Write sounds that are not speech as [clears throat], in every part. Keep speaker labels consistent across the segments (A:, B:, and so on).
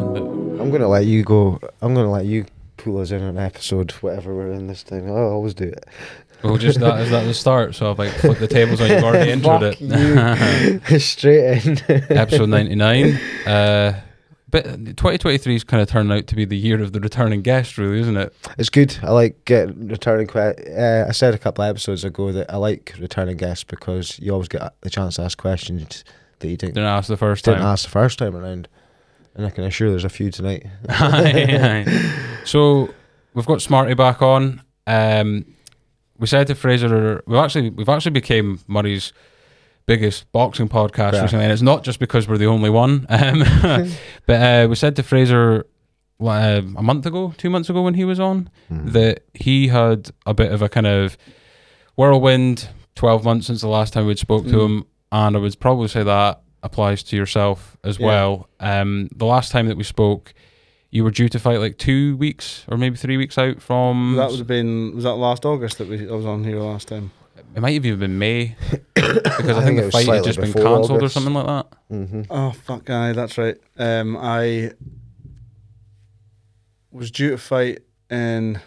A: I'm gonna let you go. I'm gonna let you pull us in an episode, whatever we're in this time. I always do it.
B: Well, just that is that the start. So I've like flipped the tables on. You've
A: [laughs]
B: already introed
A: Fuck
B: it. [laughs]
A: you. [laughs] Straight in.
B: Episode ninety nine. Uh, but twenty twenty three is kind of turning out to be the year of the returning guest, really, isn't it?
A: It's good. I like get returning. Que- uh, I said a couple of episodes ago that I like returning guests because you always get the chance to ask questions that you didn't
B: Didn't ask the first
A: didn't
B: time.
A: ask the first time around. And I can assure there's a
B: [laughs]
A: few tonight. [laughs]
B: Aye, aye. So we've got Smarty back on. Um, we said to Fraser, we've actually we've actually became Murray's biggest boxing podcast
A: Yeah.
B: recently, and it's not just because we're the only one. Um, [laughs] but uh, we said to Fraser what, uh, a month ago, two months ago, when he was on,
A: Hmm.
B: that he had a bit of a kind of whirlwind 12 months since the last time we'd spoke to
C: Mm.
B: him and i would probably say that applies to yourself as
A: Yeah.
B: well um the last time that we spoke you were due to fight like two weeks or maybe three weeks out from
C: That would have been was that last August that we I was on here last time.
B: it might have even been may
A: [coughs]
B: because i,
A: I
B: think,
A: think it
B: the
A: was
B: fight had
A: slightly
B: just been
A: before
B: cancelled or
A: August.
B: something like that
A: Mhm.
C: Oh fuck, aye, that's right. Um, I was due to fight in.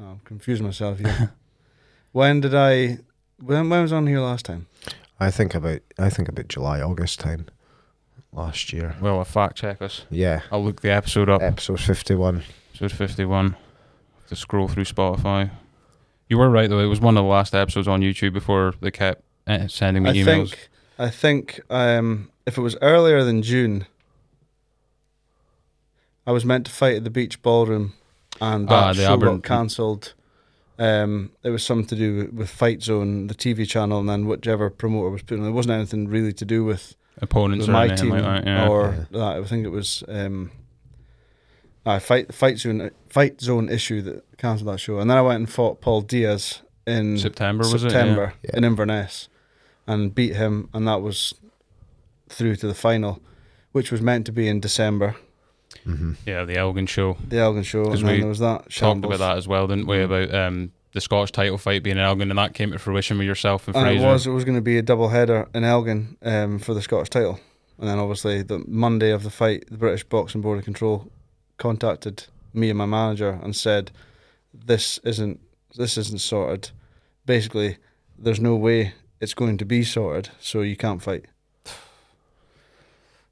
C: Oh, I'm confusing myself here. when did I? When when was I on here last time?
A: I think about I think about July August time last year.
B: well a fact check us
A: Yeah,
B: i'll look the episode up
A: episode fifty one.
B: episode 51 have to scroll through spotify you were right though it was one of the last episodes on youtube before they kept eh, sending me
C: I
B: emails
C: think I think um, if it was earlier than June, I was meant to fight at the Beach Ballroom, and that
B: Ah, the
C: show
B: Aberdeen-
C: got cancelled. Um, it was something to do with, with Fight Zone, the TV channel, and then whichever promoter was putting. on. It wasn't anything really to do with
B: opponents or
C: my
B: anything
C: team
B: like that. Yeah.
C: or that. I think it was. Um, I fight fight zone fight zone issue that cancelled that show, and then I went and fought Paul Diaz in
B: September was it?
C: September
A: Yeah.
C: in Inverness and beat him, and that was through to the final, which was meant to be in December,
A: Mm-hmm.
B: Yeah. yeah, the Elgin show.
C: the Elgin show, and
B: 'Cause
C: then
B: we
C: there was that
B: Talked
C: shambles. Mm.
B: about that as well, didn't we? About um, the Scottish title fight being in Elgin, and that came to fruition with yourself and,
C: And it
B: Fraser.
C: was it was going to be a double header in Elgin um, for the Scottish title, and then obviously the Monday of the fight, the British Boxing Board of Control contacted me and my manager and said, "This isn't this isn't sorted. Basically, there's no way it's going to be sorted, so you can't fight."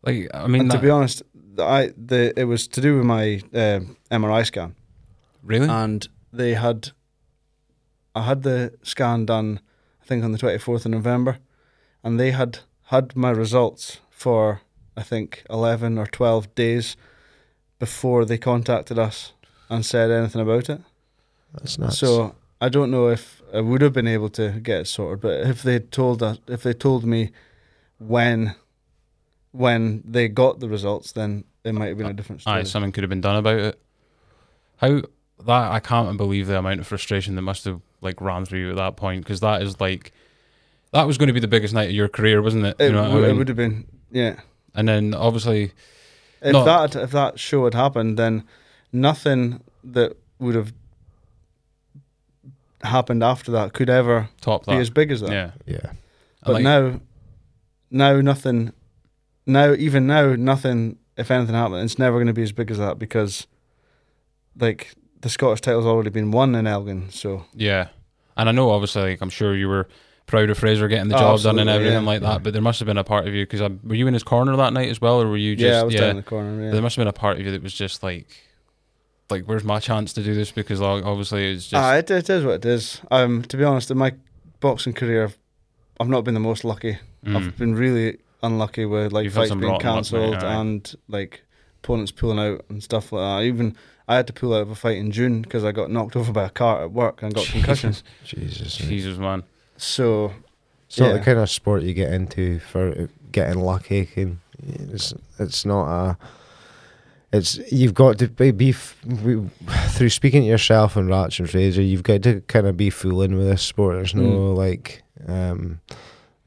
B: Like, I mean,
C: and
B: that,
C: to be honest, the- I the it was to do with my um MRI scan,
B: really?
C: and they had I had the scan done, I think on the twenty fourth of November, and they had had my results for I think eleven or twelve days before they contacted us and said anything about it.
A: That's nuts.
C: So I don't know if I would have been able to get it sorted, but if they told us, if they told me when, when they got the results, then it might have been a different story.
B: Aye, something could have been done about it. How that I can't believe the amount of frustration that must have like ran through you at that point because that is like that was going to be the biggest night of your career, wasn't it?
C: it,
B: you know what I
C: would, it
B: mean?
C: would have been, yeah.
B: And then obviously,
C: If
B: No.
C: that if that show had happened, then nothing that would have happened after that could ever
B: top
C: be
B: that.
C: as big as that.
B: yeah,
A: yeah,
C: But
B: like,
C: now, now nothing. Now even now nothing. If anything happens, it's never going to be as big as that because, like, the Scottish title's already been won in Elgin. So
B: Yeah, and I know obviously, like I'm sure you were proud of Fraser getting the
C: Oh,
B: job done and
C: absolutely,
B: everything
C: yeah.
B: like that. But there must have been a part of you because were you in his corner that night as well, or were you just
C: yeah, I was down
B: yeah?
C: in the corner.
B: There
C: Yeah.
B: must have been a part of you that was just like, like where's my chance to do this? Because like, obviously it's just
C: Ah, it, it is what it is. Um, to be honest, in my boxing career, I've, I've not been the most lucky.
B: Mm.
C: I've been really unlucky with like
B: You've had
C: fights
B: some
C: being
B: rotten luck, mate,
C: cancelled
B: aye.
C: and like opponents pulling out and stuff like that. Even I had to pull out of a fight in June because I got knocked over by a car at
B: [laughs]
C: work and got concussions.
A: Jesus. mate.
B: Jesus man,
C: So
A: It's not the
C: Yeah.
A: kind of sport you get into for uh, getting lucky. Can it's it's not a. It's you've got to be, be f- we, through speaking to yourself and Ratch and Fraser. You've got to kind of be fooling with this sport. There's no
C: Mm.
A: like, um,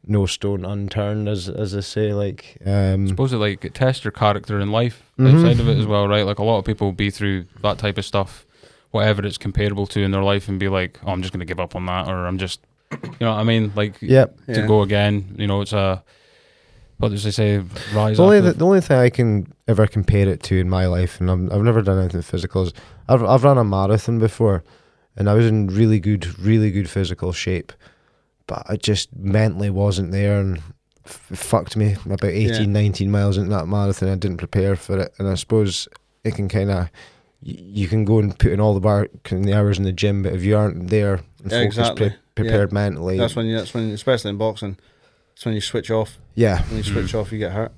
A: no stone unturned, as as they say. Like, um,
B: suppose it like it tests your character in life
A: Mhm.
B: outside of it as well, right? Like a lot of people be through that type of stuff, whatever it's comparable to in their life, and be like, oh, I'm just gonna give up on that, or I'm just, you know what I mean? Like
A: yep,
B: to
C: yeah.
B: go again. You know, it's a What does they say? Rise
A: The only,
B: after
A: th- the only thing I can ever compare it to in my life, and I'm, I've never done anything physical, is I've, I've run a marathon before and I was in really good, really good physical shape, but I just mentally wasn't there and f- it fucked me about 18,
C: Yeah.
A: 19 miles into that marathon. I didn't prepare for it. And I suppose it can kind of, you can go and put in all the work and the hours in the gym, but if you aren't there and
C: Yeah,
A: focused,
C: exactly.
A: pre- prepared mentally,
C: That's when you, that's when especially in boxing, that's when you switch off.
A: yeah,
C: When you switch off, you get hurt.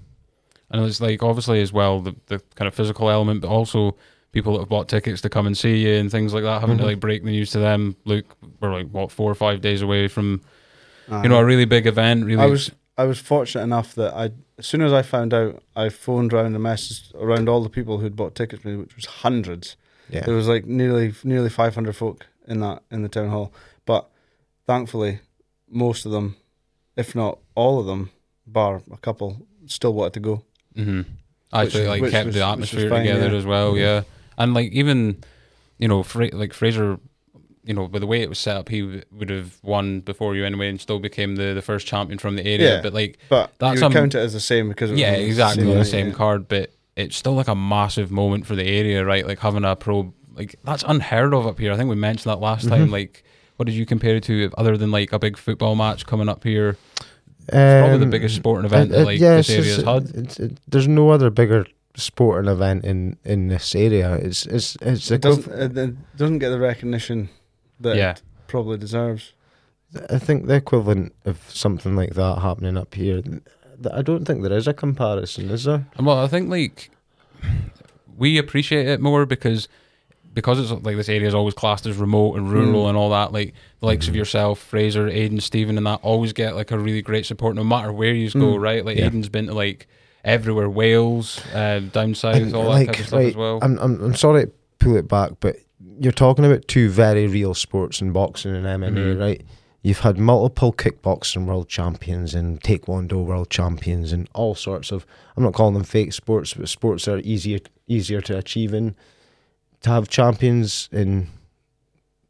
B: And it's like obviously as well the, the kind of physical element, but also people that have bought tickets to come and see you and things like that, having
A: Mhm.
B: to like break the news to them. Look, we're like what four or five days away from you know a really big event. Really,
C: I was I was fortunate enough that I as soon as I found out, I phoned round and messaged around all the people who'd bought tickets for me, which was hundreds.
A: yeah.
C: There was like nearly nearly 500 folk in that in the town hall, but thankfully, most of them, if not all of them, bar a couple, still wanted to go.
B: hmm actually
C: Which-
B: like
C: which
B: kept
C: was-
B: the
C: which was
B: atmosphere
C: fine,
B: together
C: yeah. Mm-hmm.
B: as well.
A: Mhm.
B: Yeah, and like even you know Fra- like Fraser, you know, by the way it was set up, he w- would have won before you anyway, and still became the the first champion from the area.
C: Yeah.
B: But like
C: But
B: That's
C: you would
B: um,
C: count it as the same because it was
B: yeah,
C: the
B: exactly the
C: night,
B: same
C: yeah.
B: card, but it's still like a massive moment for the area, right? Like having a pro, like that's unheard of up here. I think we mentioned that last
C: Mm-hmm.
B: time. Like, what did you compare it to, other than like a big football match coming up here? It's probably the
A: Um,
B: biggest sporting event
A: Uh,
B: that
A: uh,
B: like
A: yeah,
B: this
A: it's
B: area
A: just- uh,
B: has had.
A: it's- it- there's no other bigger sporting event in in this area. It's it's it's a
C: It doesn't,
A: gov-
C: it, it doesn't get the recognition that
B: Yeah,
C: it probably deserves.
A: I think the equivalent of something like that happening up here. th- I don't think there is a comparison, is there?
B: and well, I think like we appreciate it more because because it's like this area is always classed as remote and rural
C: Mm.
B: and all that. Like the likes of
A: Mhm.
B: yourself, Fraser, Aiden, Stephen, and that always get like a really great support no matter where you go,
C: Mm.
B: right? Like
A: Yeah.
B: Aiden's been to like everywhere, Wales, uh, down south,
A: And,
B: all
A: like,
B: that kind of stuff
A: right,
B: as well.
A: I'm I'm I'm sorry to pull it back, but you're talking about two very real sports in boxing and MMA,
B: Mhm.
A: right? You've had multiple kickboxing world champions and taekwondo world champions and all sorts of. I'm not calling them fake sports, but sports that are easier easier to achieve in. To have champions in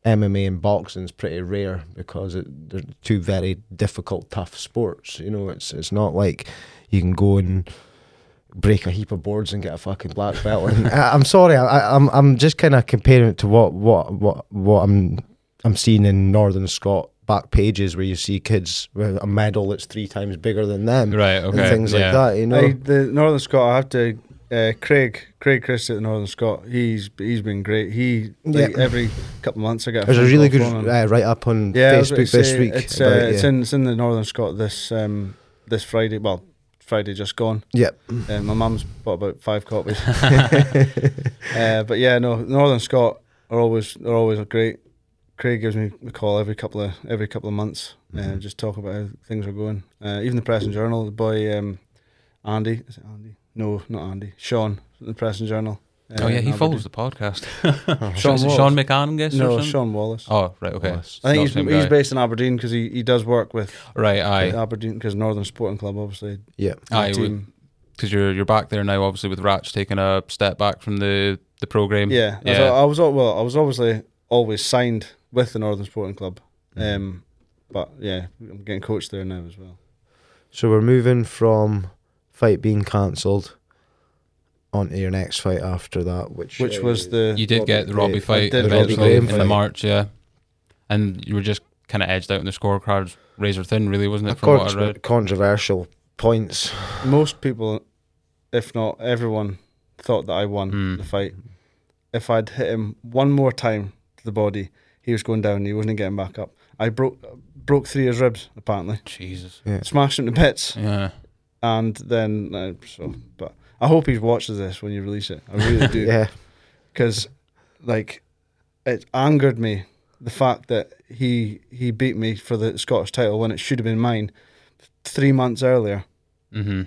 A: MMA and boxing is pretty rare because it, they're two very difficult, tough sports. You know, it's it's not like you can go and break a heap of boards and get a fucking black belt. And [laughs] I, I'm sorry, I, I, I'm I'm just kind of comparing it to what what what what I'm I'm seeing in Northern Scott back pages where you see kids with a medal that's three times bigger than them
B: right,
A: and
B: okay.
A: things
B: yeah.
A: like that. You know,
C: I, the Northern Scot, I have to uh, Craig Craig Christie at the Northern Scot. He's he's been great. He like
A: Yeah.
C: every couple of months I get. a
A: there's a
C: phone
A: really
C: call
A: good
C: from him.
A: uh, write up on
C: yeah, I was about to
A: Facebook this
C: say,
A: week.
C: It's, uh,
A: about
C: it's
A: you.
C: in it's in the Northern Scot this um, this Friday. Well, Friday just gone.
A: Yep.
C: Uh, my mum's bought about
B: [laughs]
C: five copies. [laughs] uh, but yeah, no, Northern Scot are always are always great. Craig gives me a call every couple of every couple of months, uh,
B: Mm-hmm.
A: Mhm.
C: just talk about how things are going. Uh, even the Press and Journal, the boy um, Andy, is it Andy? No, not Andy. Sean, from the Press and Journal. uh,
B: Oh yeah, he
C: in
B: follows
C: Aberdeen.
B: the
A: [laughs]
B: podcast.
C: Sean
B: Is it
C: Wallace.
B: Sean McAnon, guess
C: No,
B: or something?
C: Sean Wallace.
B: Oh right, okay.
A: Wallace.
C: I
B: Not
C: think he's,
B: the same
C: he's
B: guy.
C: based in Aberdeen because he, he does work with
B: right.
C: with
B: Aye,
C: Aberdeen because Northern Sporting Club obviously.
A: Yeah.
B: aye.
C: the team.
B: Because you're you're back there now, obviously with Ratch taking a step back from the the program.
C: Yeah, I was-
B: Yeah.
C: I was al- well. I was obviously always signed with the Northern Sporting Club,
B: Mm-hmm.
C: um, but yeah, I'm getting coached there now as well.
A: So we're moving from fight being cancelled onto your next fight after that, which
C: Which was the
B: You did
A: Robbie
B: get the Robbie
A: Gray-
B: fight
C: I did
B: eventually
C: Robbie Gray
B: in
A: fight.
B: the March, yeah. And you were just kind of edged out in the scorecards, razor thin, really, wasn't
A: a
B: it? From what I
A: contro-
B: read,
A: controversial points. [laughs]
C: most people, if not everyone, thought that I won
B: Mm.
C: the fight. If I'd hit him one more time to the body, he was going down. He wasn't getting back up. I broke broke three of his ribs apparently,
B: Jesus,
A: Yeah.
C: smashed him to bits.
B: yeah.
C: and then uh, so but I hope he watches this when you release it. I
B: [laughs]
C: really do
A: Yeah.
C: because like it angered me the fact that he he beat me for the Scottish title when it should have been mine three months earlier.
B: hmm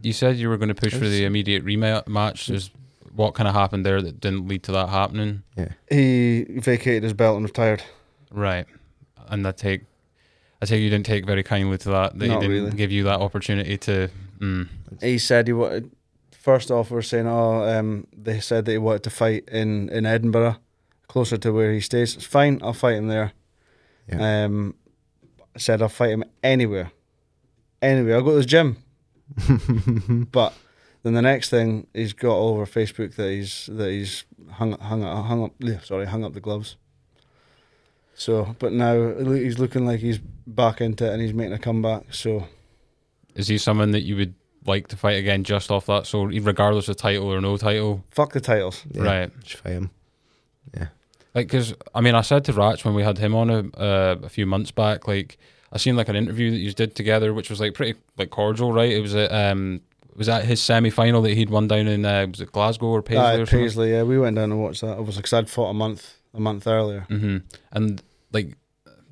B: You said you were going to push for the immediate rematch. Is what kind of happened there that didn't lead to that happening?
C: He vacated his belt and retired.
B: Right, and I take, I take you didn't take very kindly to that. That
C: Not
B: he didn't
C: really.
B: give you that opportunity to. Mm,
C: He said he wanted. First off, we were saying, oh, um, they said that he wanted to fight in in Edinburgh, closer to where he stays. It's fine, I'll fight him there.
A: Yeah.
C: Um, I said I'll fight him anywhere. Anyway, I'll go to his gym. but then the next thing he's got all over Facebook that he's that he's hung hung up- hung up yeah, sorry hung up the gloves. So, but now it loo- he's looking like he's back into it and he's making a comeback. So
B: Is he someone that you would like to fight again just off that? So regardless of title or no title,
C: fuck the titles.
A: Yeah,
B: right?
A: Just fight him.
B: Like, because I mean, I said to Ratch when we had him on a uh, a few months back, like I seen like an interview that you did together, which was like pretty like cordial, right? It was at um was that his semi final that he'd won down in uh, was it Glasgow or Paisley
C: Aye,
B: or something?
C: Uh, Paisley, yeah, we went down and watched that obviously because I'd fought a month a month earlier.
B: hmm And like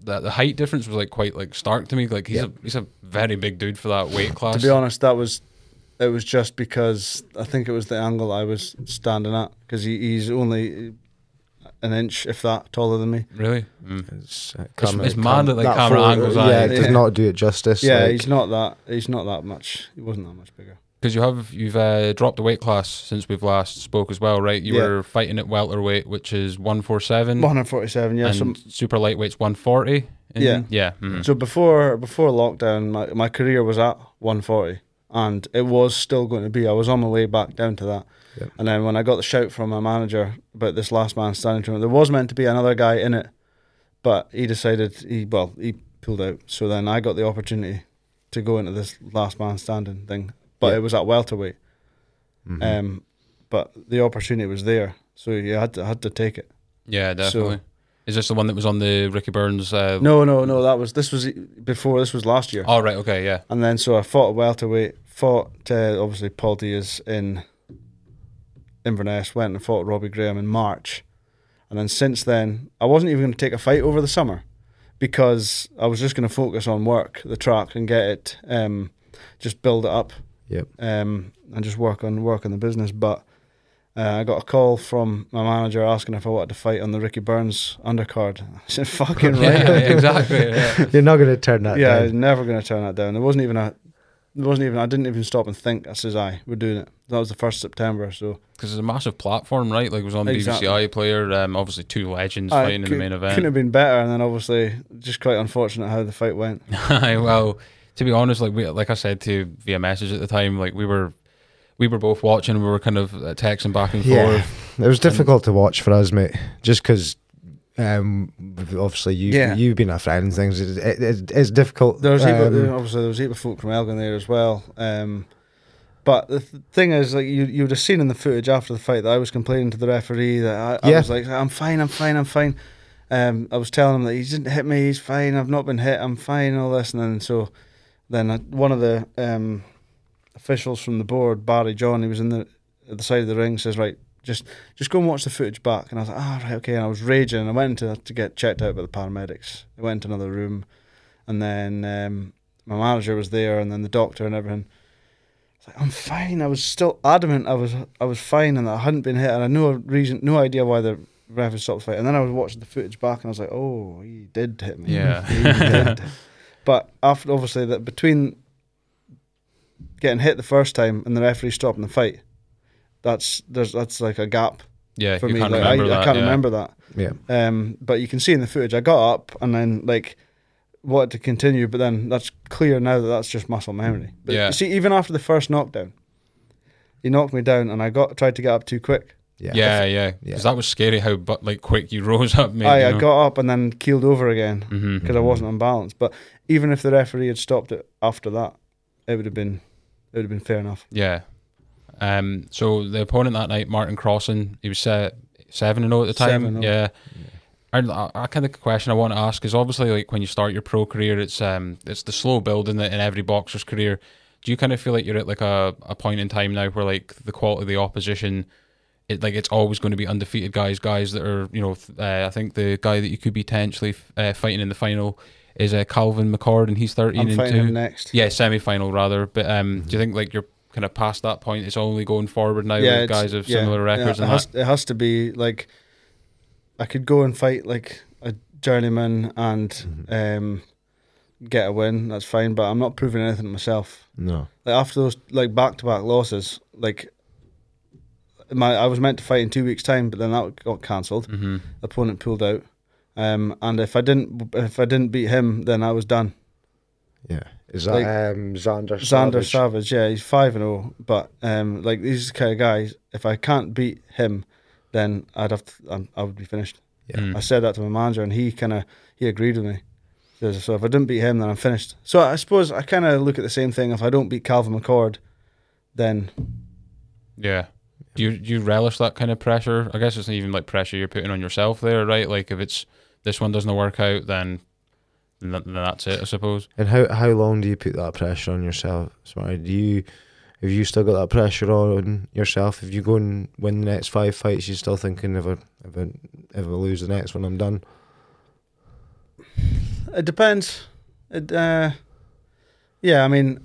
B: the the height difference was like quite like stark to me. Like he's
A: Yeah.
B: a he's a very big dude for that weight class.
C: To be honest, that was it was just because I think it was the angle I was standing at because he, he's only an inch, if that, taller than me.
B: really. Mm.
A: It's, uh, camera-
B: it's mad that, like, camera
A: photo-
B: angles are-
A: Yeah, it does
C: Yeah.
A: not do it justice.
C: Yeah,
A: like,
C: he's not that. He's not that much. He wasn't that much bigger.
B: Because you have you've uh, dropped the weight class since we've last spoke as well, right? You
C: Yeah.
B: were fighting at welterweight, which is one four seven,
C: 147. Yeah.
B: Mm. and
C: So,
B: super lightweight's one forty.
C: Yeah.
B: yeah. mhm.
C: so before before lockdown, my my career was at 140, and it was still going to be. I was on my way back down to that.
A: Yep.
C: And then when I got the shout from my manager about this last man standing tournament, there was meant to be another guy in it, but he decided he well he pulled out. So then I got the opportunity to go into this last man standing thing, but
A: Yeah.
C: it was at welterweight.
A: mhm.
C: Um, but the opportunity was there, so you had to had to take it.
B: Yeah,
C: so-
B: definitely. is this the one that was on the Ricky Burns? Uh,
C: No, no, no. That was this was before. This was last year,
B: Oh right, okay,
C: [laughs]
B: yeah.
C: and then so I fought welterweight. Fought uh, obviously Paul Diaz in Inverness. Went and fought Robbie Graham in March, and then since then I wasn't even going to take a fight over the summer because I was just going to focus on work, the track, and get it, um, just build it up,
A: Yep.
C: um, and just work on work on the business. But uh, I got a call from my manager asking if I wanted to fight on the Ricky Burns undercard. [laughs] I said, "Fucking right."
B: Yeah, yeah, exactly. Yeah.
A: You're not going to turn that
C: yeah, I
A: down.
C: was never going to turn that down. There wasn't even a, there wasn't even. I didn't even stop and think. I says, "I we're doing it." That was the first September, so
B: Because it's a massive platform, right? Like it was on
C: Exactly.
B: BBC iPlayer. Um, obviously two legends
C: Aye,
B: fighting in the
C: cou-
B: main
C: couldn't
B: event.
C: have been better. And then obviously, just quite unfortunate how the fight went.
B: [laughs] Aye, well, to be honest, like we, like I said to you via message at the time, like we were, we were both watching. We were kind of uh, texting back and
A: Yeah.
B: forth.
A: It was difficult to watch for us, mate, just because. Um, obviously you
C: Yeah.
A: you've been our friend and things. It, it, it, it's difficult.
C: There was
A: um,
C: Eva, obviously there was Eva folk from Elgin there as well. Um, but the th- thing is, like you you would have seen in the footage after the fight that I was complaining to the referee that I, I
A: Yeah.
C: was like, "I'm fine, I'm fine, I'm fine." Um, I was telling him that he didn't hit me, he's fine. I've not been hit, I'm fine. All this, and then so then I, one of the um, officials from the board, Barry John, he was in the at the side of the ring, says, "Right, just just go and watch the footage back." And I was like, "Ah, right, okay." And I was raging. And I went into to get checked out by the paramedics. I went into another room, and then um, my manager was there, and then the doctor and everything. I was like, I'm fine. I was still adamant. I was I was fine, and that I hadn't been hit, and I no reason, no idea why the ref had stopped the fight. And then I was watching the footage back, and I was like, "Oh, he did hit me."
B: Yeah.
C: [laughs] he did. But after obviously that between getting hit the first time and the referee stopping the fight, that's there's that's like a gap
B: Yeah,
C: for
B: you
C: me.
B: can't
C: like, I,
B: remember that.
C: I can't
B: yeah.
C: remember that.
A: yeah.
C: Um, but you can see in the footage, I got up and then like wanted to continue, but then that's clear now that that's just muscle memory. But
B: Yeah.
C: you see, even after the first knockdown, he knocked me down, and I got tried to get up too quick.
A: Yeah.
B: Yeah, yeah, because
A: Yeah.
B: that was scary how but like quick you [laughs] rose up, mate.
C: I, I got up and then keeled over again because
B: hmm
C: I wasn't on balance. But even if the referee had stopped it after that, it would have been it would have been fair enough.
B: Yeah. Um. So the opponent that night, Martin Crossan, he was set seven and zero at the time.
C: 7-0.
B: Yeah. And I, I kind of question I want to ask is obviously like when you start your pro career, it's um it's the slow building that in every boxer's career. Do you kind of feel like you're at like a, a point in time now where like the quality of the opposition, it like it's always going to be undefeated guys, guys that are you know th- uh, I think the guy that you could be potentially uh, fighting in the final is uh, Calvin McCord and he's thirteen
C: I'm
B: and
C: fighting
B: two.
C: him next.
B: Yeah, semi final rather. But um, do you think like you're kind of past that point? It's only going forward now with
C: it's-
B: guys of
C: Mm-hmm. yeah,
B: similar
C: yeah,
B: records
C: It
B: and
C: has,
B: that.
C: it has to be like I could go and fight like a journeyman and
A: Mm-hmm.
C: um, get a win. That's fine, but I'm not proving anything to myself.
A: No.
C: Like after those like back to back losses, like my I was meant to fight in two weeks' time, but then that got cancelled.
B: Mm-hmm.
C: Opponent pulled out, um, and if I didn't if I didn't beat him, then I was done.
A: Yeah. Is that
C: Like,
A: um, Xander?
C: Xander
A: Savage?
C: Savage, yeah, he's five and zero. But um, like these kind of guys, if I can't beat him, then I'd have to, um, I would be finished.
A: Yeah.
B: Mm.
C: I said that to my manager, and he kind of he agreed with me. He says, So if I didn't beat him, then I'm finished. So I suppose I kind of look at the same thing. If I don't beat Calvin McCord, then
B: Yeah. Do you do you relish that kind of pressure? I guess it's not even like pressure you're putting on yourself there, right? Like if it's this one doesn't work out, then then, then that's it, I suppose.
A: And how how long do you put that pressure on yourself, Smarty? Do you have you still got that pressure on yourself? If you go and win the next five fights, you're still thinking if I if I, if I lose the next one, I'm done.
C: it depends. It, uh, yeah, I mean,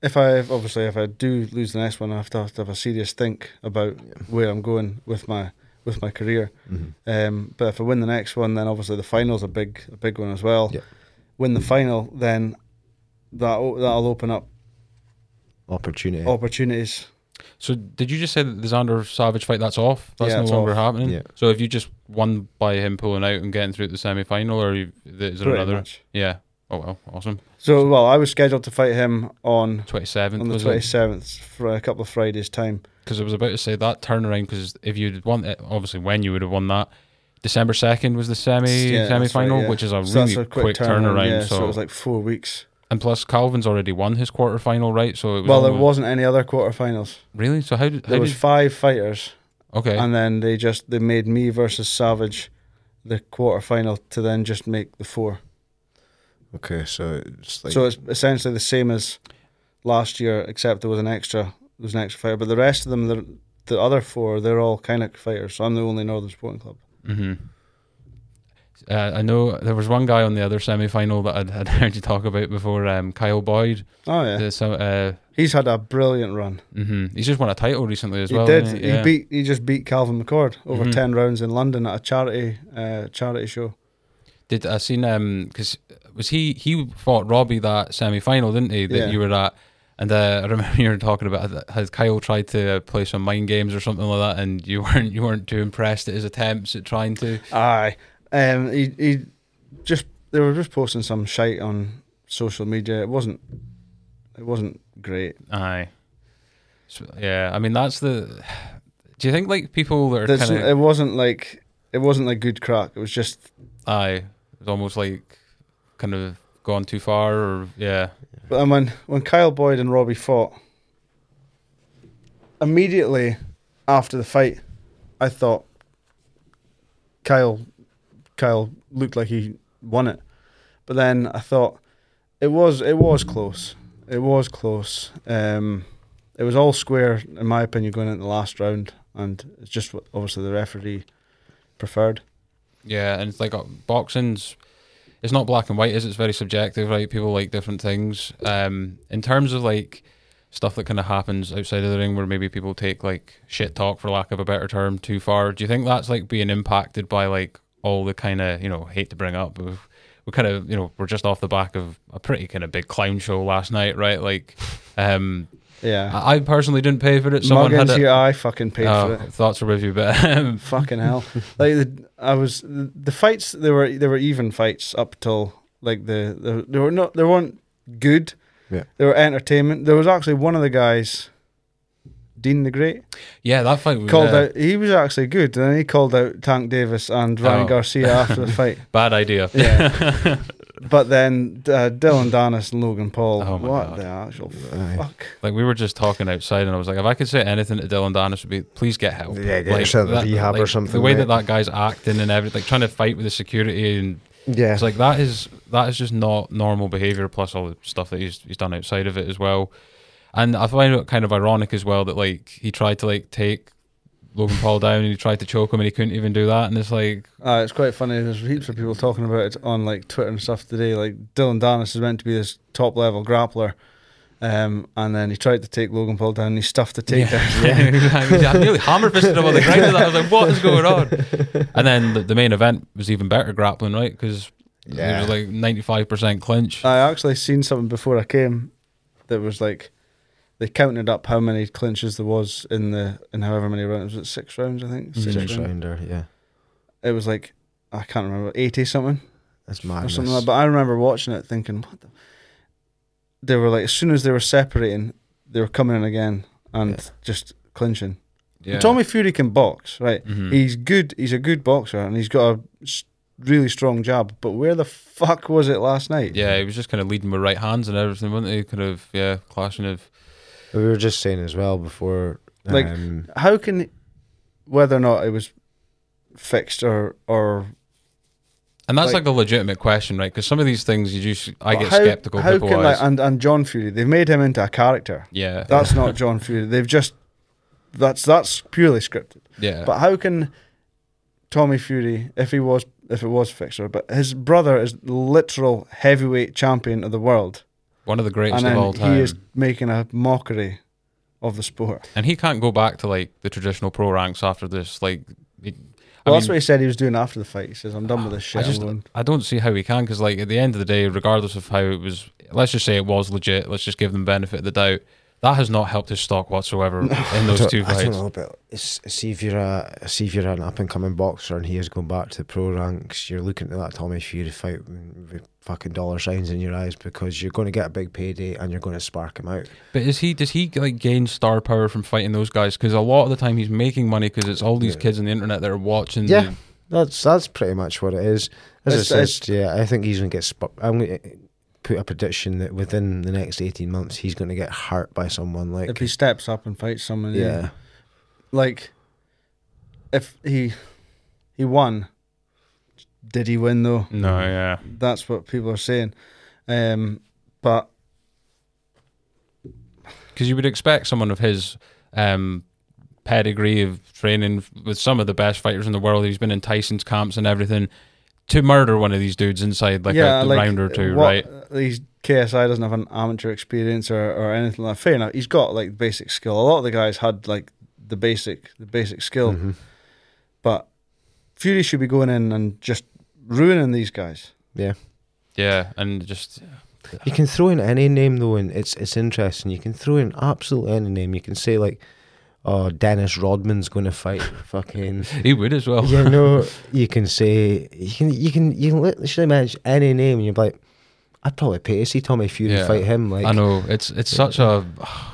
C: if I obviously if I do lose the next one, I have to have, to have a serious think about where I'm going with my with my career.
A: Mm-hmm.
C: Um, but if I win the next one, then obviously the final's a big a big one as well.
A: Yeah.
C: Win the final, then that that'll open up
A: Opportunity.
C: opportunities.
B: So did you just say that the Xander Savage fight that's off? That's
C: Yeah,
B: no
C: it's
B: longer
C: off.
B: happening.
A: Yeah.
B: So if you just won by him pulling out and getting through to the semi final, or you, is there
C: pretty
B: another?
C: much.
B: Yeah. Oh well, awesome.
C: So well, I was scheduled to fight him on
B: Twenty seventh
C: on the
B: was
C: twenty
B: it?
C: seventh for a couple of Fridays time.
B: Because I was about to say that turnaround. Because if you'd won it, obviously when you would have won that, December second was the semi
C: Yeah, that's
B: semi
C: right,
B: final,
C: yeah.
B: which is a
C: So that's
B: really quick, turnaround.
C: yeah,
B: so,
C: so. it was like four weeks.
B: And plus, Calvin's already won his quarterfinal, right? So it was
C: Well, there
B: almost-
C: wasn't any other quarterfinals.
B: really. So how did? How
C: There was
B: did
C: five fighters,
B: okay,
C: and then they just they made me versus Savage the quarterfinal to then just make the four.
A: Okay, so it's like
C: so it's essentially the same as last year, except there was an extra there was an extra fighter. But the rest of them, the the other four, they're all Kinnock fighters. So I'm the only Northern Sporting Club.
B: hmm uh, I know there was one guy on the other semi final that I'd, [laughs] I'd heard you talk about before, um, Kyle Boyd.
C: Oh yeah,
B: The sem- uh,
C: he's had a brilliant run.
B: hmm He's just won a title recently as
C: he
B: well.
C: did.
B: hasn't
C: He beat. He just beat Calvin McCord over
B: Mhm.
C: ten rounds in London at a charity uh, charity show.
B: Did I seen um 'cause was he he fought Robbie that semi final didn't he that
C: Yeah.
B: you were at and uh, I remember [laughs] you were talking about had- had Kyle tried to play some mind games or something like that and you [laughs] weren't you weren't too impressed at his attempts at trying to
C: Aye. Um. He he just they were just posting some shite on social media. It wasn't. It wasn't great.
B: aye so, yeah I mean that's the do you think like people that are
C: That's-
B: kind
C: It
B: of
C: wasn't like it wasn't like good crack. It was just
B: aye it's almost like kind of gone too far or yeah
C: But then when, when Kyle Boyd and Robbie fought, immediately after the fight, I thought Kyle Kyle looked like he won it. But then I thought it was it was close. It was close. Um, it was all square in my opinion going into the last round, and it's just what obviously the referee preferred.
B: Yeah, and it's like uh, boxing's it's not black and white, is it? it's very subjective, right? People like different things. Um, in terms of like stuff that kind of happens outside of the ring, where maybe people take like shit talk, for lack of a better term, too far. Do you think that's like being impacted by like all the kind of you know hate to bring up? But we kind of you know we're just off the back of a pretty kind of big clown show last night, right? Like, um,
C: Yeah.
B: I I personally didn't pay for it. Uh, Someone
C: Muggins
B: had it.
C: here, I fucking paid for
B: Oh,
C: it.
B: thoughts are with you, but [laughs] um,
C: Fucking hell! like the, I was the, the fights. They were they were even fights up till like the, the they were not they weren't good.
A: Yeah.
C: They were entertainment. There was actually one of the guys, Dean the Great,
B: yeah, that fight was
C: called
B: uh,
C: out. He was actually good, and then he called out Tank Davis and Ryan
B: Oh.
C: Garcia after the
B: [laughs]
C: fight.
B: bad
C: [laughs]
B: idea.
C: Yeah. but then uh, Dylan Danis and Logan Paul.
B: Oh my
C: what
B: God.
C: the actual
A: Aye.
C: fuck?
B: Like we were just talking outside, and I was like, if I could say anything to Dylan Danis, would be please get help.
A: Yeah, get
B: like,
A: yourself a rehab or
B: like, The
A: something,
B: way that
A: mate.
B: that guy's acting and everything, like trying to fight with the security, and
A: yeah,
B: it's like that is that is just not normal behavior. Plus all the stuff that he's he's done outside of it as well. And I find it kind of ironic as well that like he tried to like take Logan Paul down and he tried to choke him and he couldn't even do that. And it's like,
C: Uh, it's quite funny. There's heaps of people talking about it on like Twitter and stuff today. Like Dylan Danis is meant to be this top level grappler, um, and then he tried to take Logan Paul down. and He stuffed the
B: yeah, [laughs]
C: takedown. [laughs]
B: yeah, exactly. I nearly hammer fisted him on the ground. with that. I was like, what is going
C: [laughs]
B: on? And then the, the main event was even better grappling, right? Because It
A: yeah.
B: was like 95% clinch.
C: I actually seen something before I came that was like they counted up how many clinches there was in the in however many rounds. Was it six rounds? I think
B: Mhm.
C: six
A: six
C: rounds.
A: rounder. Yeah,
C: It was like I can't remember eighty something
A: that's
C: or
A: madness.
C: something. Like, that. but I remember watching it thinking, what the. they were like as soon as they were separating, they were coming in again and
A: Yeah.
C: just clinching.
B: Yeah.
C: Tommy Fury can box, right?
B: Mhm.
C: He's good. He's a good boxer, and he's got a s- really strong jab. But where the fuck was it last night?
B: yeah, he was just kind of leading with right hands and everything, wasn't he? Kind of, yeah, clashing of.
A: We were just saying as well before,
C: Like-
A: um,
C: How can, whether or not it was fixed or or
B: And that's
C: Like-
B: like, a legitimate question, right? Because some of these things you just, I
C: but
B: get
C: how,
B: skeptical.
C: How
B: people
C: can
B: always-
C: like and and John Fury? They've made him into a character.
B: yeah,
C: That's not John Fury. They've just that's that's purely scripted.
B: [laughs] yeah,
C: But how can Tommy Fury, if he was if it was fixer, but his brother is literal heavyweight champion of the world,
B: one of the greatest
C: and
B: of all
C: then
B: time.
C: he is making a mockery of the sport.
B: and he can't go back to like the traditional pro ranks after this. Like, he- I
C: Well,
B: mean-
C: that's what he said he was doing after the fight. He says, "I'm done with this
B: [sighs]
C: shit."
B: I just-
C: I'm going."
B: I don't see how he can because, like, at the end of the day, regardless of how it was, let's just say it was legit. Let's just give them benefit of the doubt. That has not helped his stock
A: [laughs]
B: whatsoever in
A: I
B: those
A: don't-
B: two
A: I don't
B: fights.
A: know, but it's, see if you're a see if you're an up and coming boxer and he is going back to the pro ranks. You're looking at that Tommy Fury fight with fucking dollar signs in your eyes because you're going to get a big payday and you're going to spark him out.
B: But is he? Does he like gain star power from fighting those guys? Because a lot of the time he's making money because it's all these
A: Yeah.
B: kids on the internet that are watching.
A: Yeah.
B: the-
A: That's that's pretty much what it is. As
C: It's-
A: I said,
C: it's-
A: yeah, I think he's going to get. Sp- I'm going to put a prediction that within the next eighteen months he's going to get hurt by someone like
C: If he steps up and fights someone,
A: yeah.
C: like if he he won, did he win though?
B: no, yeah,
C: That's what people are saying. Um, but
B: because you would expect someone of his um, pedigree of training f- with some of the best fighters in the world. He's been in Tyson's camps and everything to murder one of these dudes inside like a, round or two,
C: what-
B: right?
C: He's KSI doesn't have an amateur experience or, or anything like that. Fair enough. He's got like basic skill. A lot of the guys had like the basic the basic skill,
A: Mhm.
C: but Fury should be going in and just ruining these guys.
B: Yeah, and just
A: You can throw in any name though, and it's it's interesting. You can throw in absolutely any name. You can say like, "Oh, Dennis Rodman's going to fight [laughs] fucking."
B: he would as well.
A: you know, you can say you can you can you can literally mention any name, and you're like, "I'd probably pay to see Tommy Fury
B: Yeah.
A: fight him." Like,
B: I know it's it's such a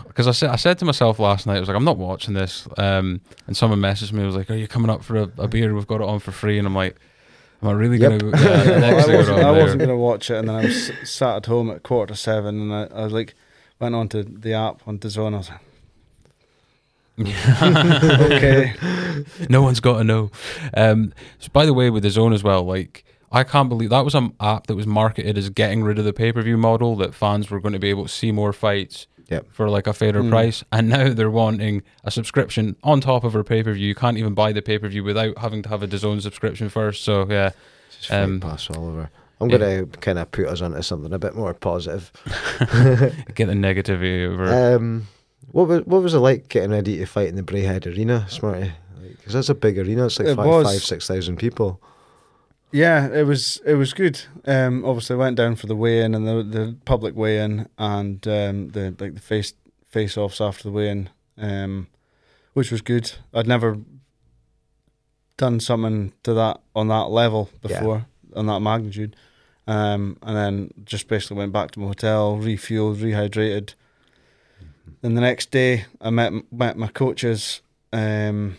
B: because I said I said to myself last night I was like I'm not watching this um and someone messaged me I was like are you coming up for a, a beer we've got it on for free and I'm like am I really
A: Yep.
B: gonna [laughs] yeah, [laughs] the next
C: I
B: thing
C: wasn't,
B: we're
C: I
B: on
C: wasn't
B: there.
C: going to watch it, and then I was s- sat at home at quarter to seven, and I, I was like went onto the app on DAZN. and I was like,
B: [laughs]
C: [laughs] okay,
B: no one's got to know um so by the way with his own as well like I can't believe that was an app that was marketed as getting rid of the pay per view model that fans were going to be able to see more fights
A: Yep.
B: for like a fairer
C: Mm.
B: price and now they're wanting a subscription on top of our pay per view you can't even buy the pay per view without having to have a DAZN subscription first so yeah.
A: just fight
B: um,
A: past Oliver. I'm
B: yeah.
A: gonna kind of put us onto something a bit more positive.
B: get the negativity over.
A: Um, what was what was it like getting ready to fight in the Brayhead Arena, Smarty? Because that's a big arena. It's like
C: It
A: five,
C: was.
A: five, six thousand people.
C: Yeah, it was it was good. Um, obviously, I went down for the weigh-in and the the public weigh-in and um, the like the face face-offs after the weigh-in, um, which was good. I'd never done something to that on that level
A: Yeah.
C: before, on that magnitude. Um, and then just basically went back to my hotel, refueled, rehydrated. Then the next day, I met met my coaches um,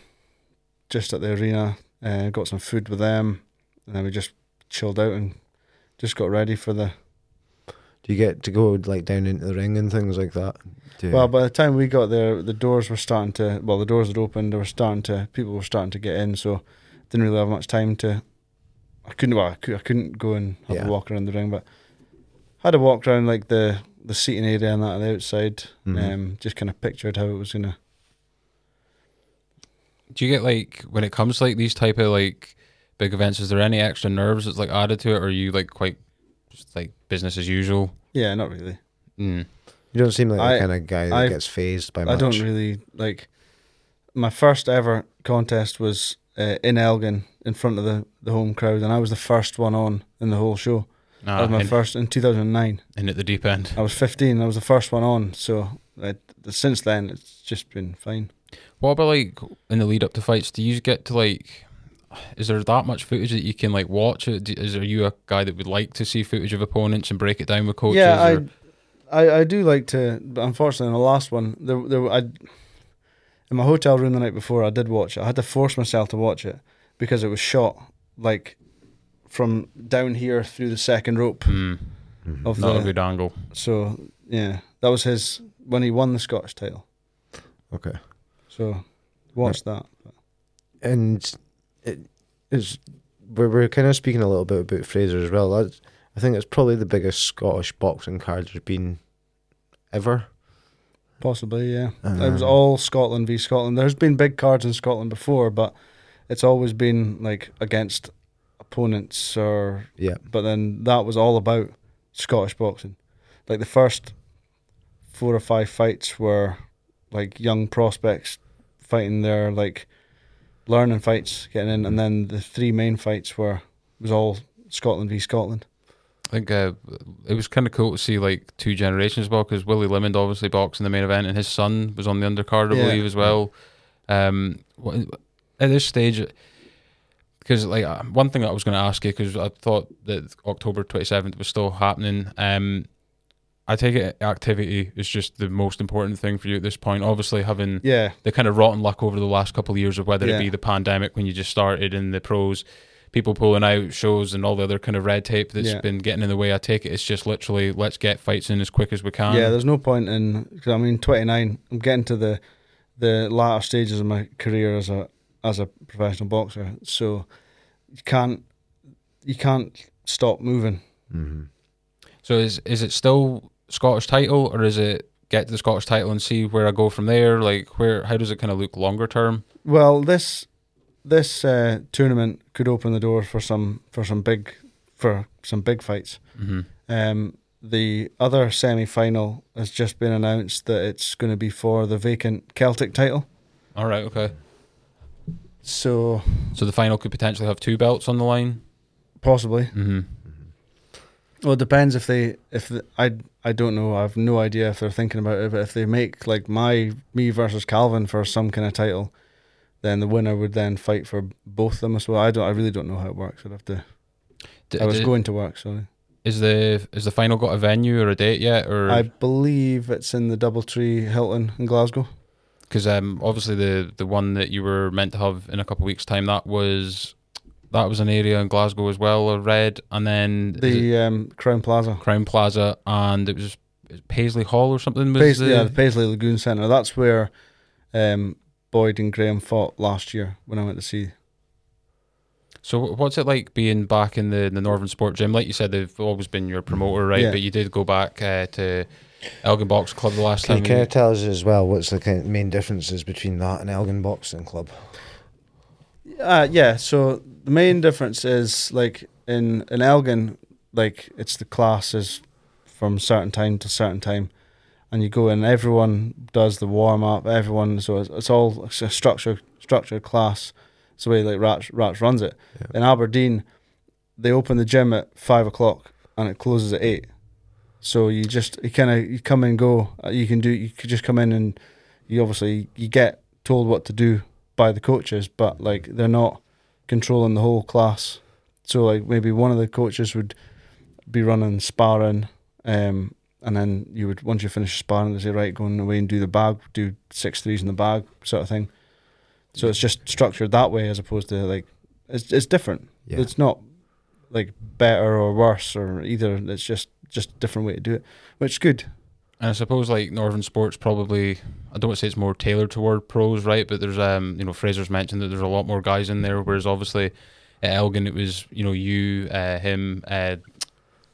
C: just at the arena. Uh, got some food with them, and then we just chilled out and just got ready for the.
A: Do you get to go like down into the ring and things like that? Do you-
C: Well, by the time we got there, the doors were starting to. Well, the doors had opened. They were starting to. People were starting to get in, so didn't really have much time to. I couldn't. Well, I, could, I couldn't go and have
A: Yeah.
C: a walk around the ring, but had a walk around like the the seating area and that on the outside.
A: Mhm.
C: Um, just kind of pictured how it was gonna.
B: Do you get like when it comes to like these type of like big events? Is there any extra nerves that's like added to it, or are you like quite just like business as usual?
C: Yeah, not really.
B: Mm.
A: you don't seem like
C: I-
A: the kind of guy that
C: I-
A: gets phased by
C: I
A: much.
C: don't really like. My first ever contest was uh, in Elgin in front of the, the home crowd, and I was the first one on in the whole show.
B: Nah,
C: that was my
B: in,
C: first in 2009.
B: in at the deep end.
C: I was 15. I was the first one on. So I, since then, it's just been fine.
B: What about like in the lead up to fights? Do you get to like? Is there that much footage that you can like Uh, watch? It? Do- Is are you a guy that would like to see footage of opponents and break it down with coaches?
C: yeah,
B: or-
C: I I, I do like to, but unfortunately, in the last one, there there I in my hotel room the night before, I did watch it. I had to force myself to watch it because it was shot like from down here through the second rope
B: Hmm,
A: Mm-hmm.
C: of
B: not
C: the.
B: a good angle.
C: So yeah, that was his when he won the Scottish title.
A: Okay.
C: So watch that.
A: and it is we're, we're kind of speaking a little bit about Fraser as well. That's, I think it's probably the biggest Scottish boxing card there's been ever.
C: Possibly, yeah.
A: Um,
C: it was all Scotland v Scotland. There's been big cards in Scotland before, but it's always been like against opponents or
A: Yeah.
C: But then that was all about Scottish boxing. Like the first four or five fights were like young prospects fighting their like learning fights, getting in, and then the three main fights were was all Scotland v Scotland.
B: I think uh, it was kind of cool to see like two generations as well because Willie Limond obviously boxed in the main event and his son was on the undercard, I
C: Yeah.
B: believe, as well. Um, wha- at this stage, because like uh, one thing I was going to ask you because I thought that October twenty seventh was still happening. Um, I take it activity is just the most important thing for you at this point. Obviously, having
C: Yeah,
B: the kind of rotten luck over the last couple of years of whether
C: Yeah.
B: it be the pandemic when you just started and the pros, people pulling out shows and all the other kind of red tape that's
C: Yeah.
B: been getting in the way. I take it it's just literally let's get fights in as quick as we can.
C: yeah. There's no point in because I mean, 29. I'm getting to the the latter stages of my career as a as a professional boxer, so you can't you can't stop moving.
A: hmm
B: so is is it still Scottish title or is it get to the Scottish title and see where I go from there? Like where how does it kind of look longer term?
C: Well, this this uh, tournament could open the door for some for some big for some big fights.
B: Mm-hmm.
C: Um, the other semi final has just been announced that it's going to be for the vacant Celtic title.
B: All right, okay.
C: So
B: So the final could potentially have two belts on the line.
C: possibly,
B: Mm-hmm.
C: well, it depends if they if the, I I don't know. I've no idea if they're thinking about it. But if they make like my me versus Calvin for some kind of title, then the winner would then fight for both of them as well. I don't. I really don't know how it works. I'd have to. I was going to work. Sorry.
B: Is the is the final got a venue or a date yet? Or
C: I believe it's in the Doubletree Hilton in Glasgow.
B: because um, obviously the the one that you were meant to have in a couple of weeks' time that was that was an area in Glasgow as well, I read, and then is it
C: The um, Crown Plaza.
B: Crown Plaza and it was Paisley Hall or something was
C: Paisley,
B: the,
C: yeah, the Paisley Lagoon Centre. That's where um, Boyd and Graham fought last year when I went to see.
B: so wh- what's it like being back in the, the Northern Sport Gym? Like you said, they've always been your promoter, right?
C: Yeah.
B: But you did go back uh, to Elgin Box Club the last
A: Can you
B: time.
A: kind of tell us as well what's the kind of main differences between that and Elgin Boxing Club?
C: Uh, yeah, so the main difference is like in, in Elgin, like it's the classes from certain time to certain time. And you go in, everyone does the warm up, everyone, so it's, it's all it's a structured, structured class. It's the way like Rach, Rach runs it.
A: Yeah.
C: In Aberdeen, they open the gym at five o'clock and it closes at eight. So you just you kind of you come and go. Uh, You can do you could just come in and you obviously you get told what to do by the coaches, but like they're not controlling the whole class. So like maybe one of the coaches would be running sparring, um, and then you would once you finish sparring, they say right, going away and do the bag, do six threes in the bag sort of thing. So it's just structured that way as opposed to like it's it's different.
A: Yeah.
C: It's not like better or worse or either. It's just just a different way to do it, which is good.
B: And I suppose like Northern Sports probably I don't want to say it's more tailored toward pros, right? But there's um you know, Fraser's mentioned that there's a lot more guys in there, whereas obviously at Elgin it was, you know, you, uh, him, uh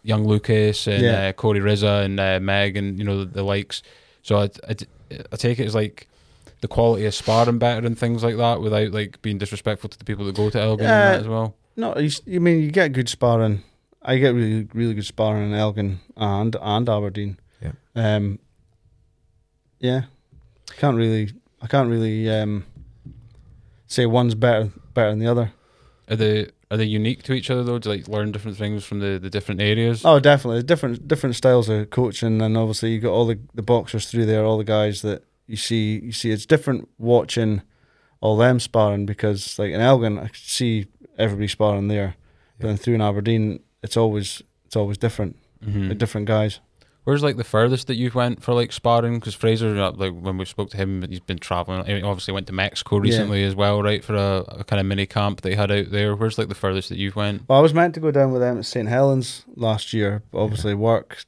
B: young Lucas and
C: Yeah.
B: uh, Corey Rizza and uh, Meg and you know the, the likes. So I, I, I take it as like the quality of sparring better and things like that without like being disrespectful to the people that go to Elgin and
C: Uh,
B: that as well.
C: No, you, s- you mean you get good sparring. I get really really good sparring in Elgin and and Aberdeen.
A: Yeah.
C: Um. Yeah, can't really. I can't really um, say one's better better than the other.
B: Are they are they unique to each other though? Do you, like learn different things from the, the different areas?
C: Oh, definitely different different styles of coaching, and obviously you got all the, the boxers through there, all the guys that you see. You see, it's different watching all them sparring because, like in Elgin, I could see everybody sparring there, but then through in Aberdeen, it's always it's always different,
B: Mhm.
C: like different guys.
B: Where's like the furthest that you've went for like sparring? Because Fraser, uh, like when we spoke to him, he's been traveling. He obviously went to Mexico recently as well, right? For a, a kind of mini camp they had out there. Where's like the furthest that you've went?
C: Well, I was meant to go down with them at St Helens last year, but obviously work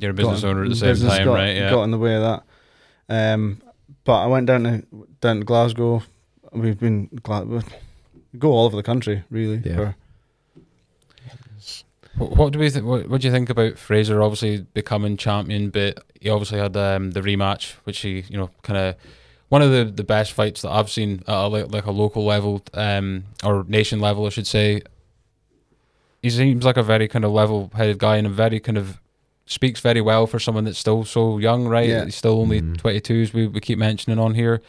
B: You're a business
C: got-
B: owner at the same
C: business
B: time,
C: got,
B: right? Yeah.
C: Got in the way of that. Um, but I went down to down to Glasgow. We've been Gla- we go all over the country really.
A: Yeah.
C: for-
B: What, what do we th- what, what do you think about Fraser obviously becoming champion? But he obviously had um, the rematch, which he you know kind of one of the, the best fights that I've seen at a, lo- like a local level um, or nation level, I should say. He seems like a very kind of level headed guy and a very kind of speaks very well for someone that's still so young, right?
C: Yeah. Mm-hmm.
B: He's still only
A: Mhm.
B: 22, as we, we keep mentioning on here.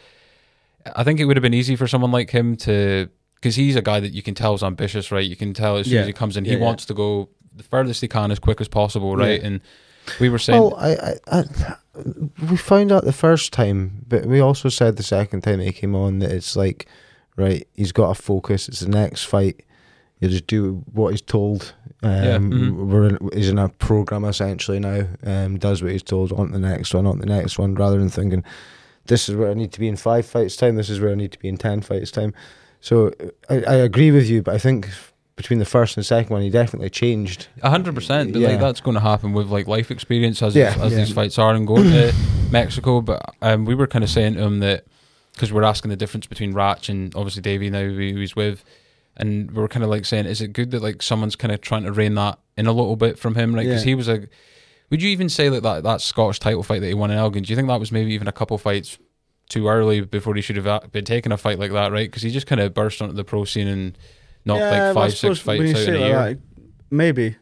B: I think it would have been easy for someone like him to, because he's a guy that you can tell is ambitious, right? You can tell as soon as
C: Yeah.
B: he comes in,
C: Yeah,
B: he
C: yeah.
B: wants to go the furthest he can as quick as possible, right?
C: Yeah.
B: And we were saying,
A: Well, I, I, I, we found out the first time, but we also said the second time he came on that it's like, right, he's got a focus. It's the next fight. You just do what he's told. Um,
B: Yeah, mhm.
A: We're in, he's in a program essentially now. Um, does what he's told. On to the next one. On to the next one. Rather than thinking, this is where I need to be in five fights time. This is where I need to be in ten fights time. So uh, I, I agree with you, but I think between the first and second one, he definitely changed.
B: A hundred percent, but
A: Yeah.
B: like that's going to happen with like life experience as
A: Yeah.
B: as
A: Yeah.
B: these fights are and going
A: [clears throat]
B: to Mexico. But um, we were kind of saying to him that because we're asking the difference between Ratch and obviously Davey now who he's with, and we were kind of like saying, is it good that like someone's kind of trying to rein that in a little bit from him, right? Because
C: Yeah.
B: he was a. Would you even say like that that Scottish title fight that he won in Elgin? Do you think that was maybe even a couple fights too early before he should have a- been taking a fight like that, right? Because he just kind of burst onto the pro scene and knocked
C: Yeah,
B: like
C: well, I
B: five, six
C: suppose when you
B: fights out in
C: say it
B: a
C: like
B: year.
C: that, maybe.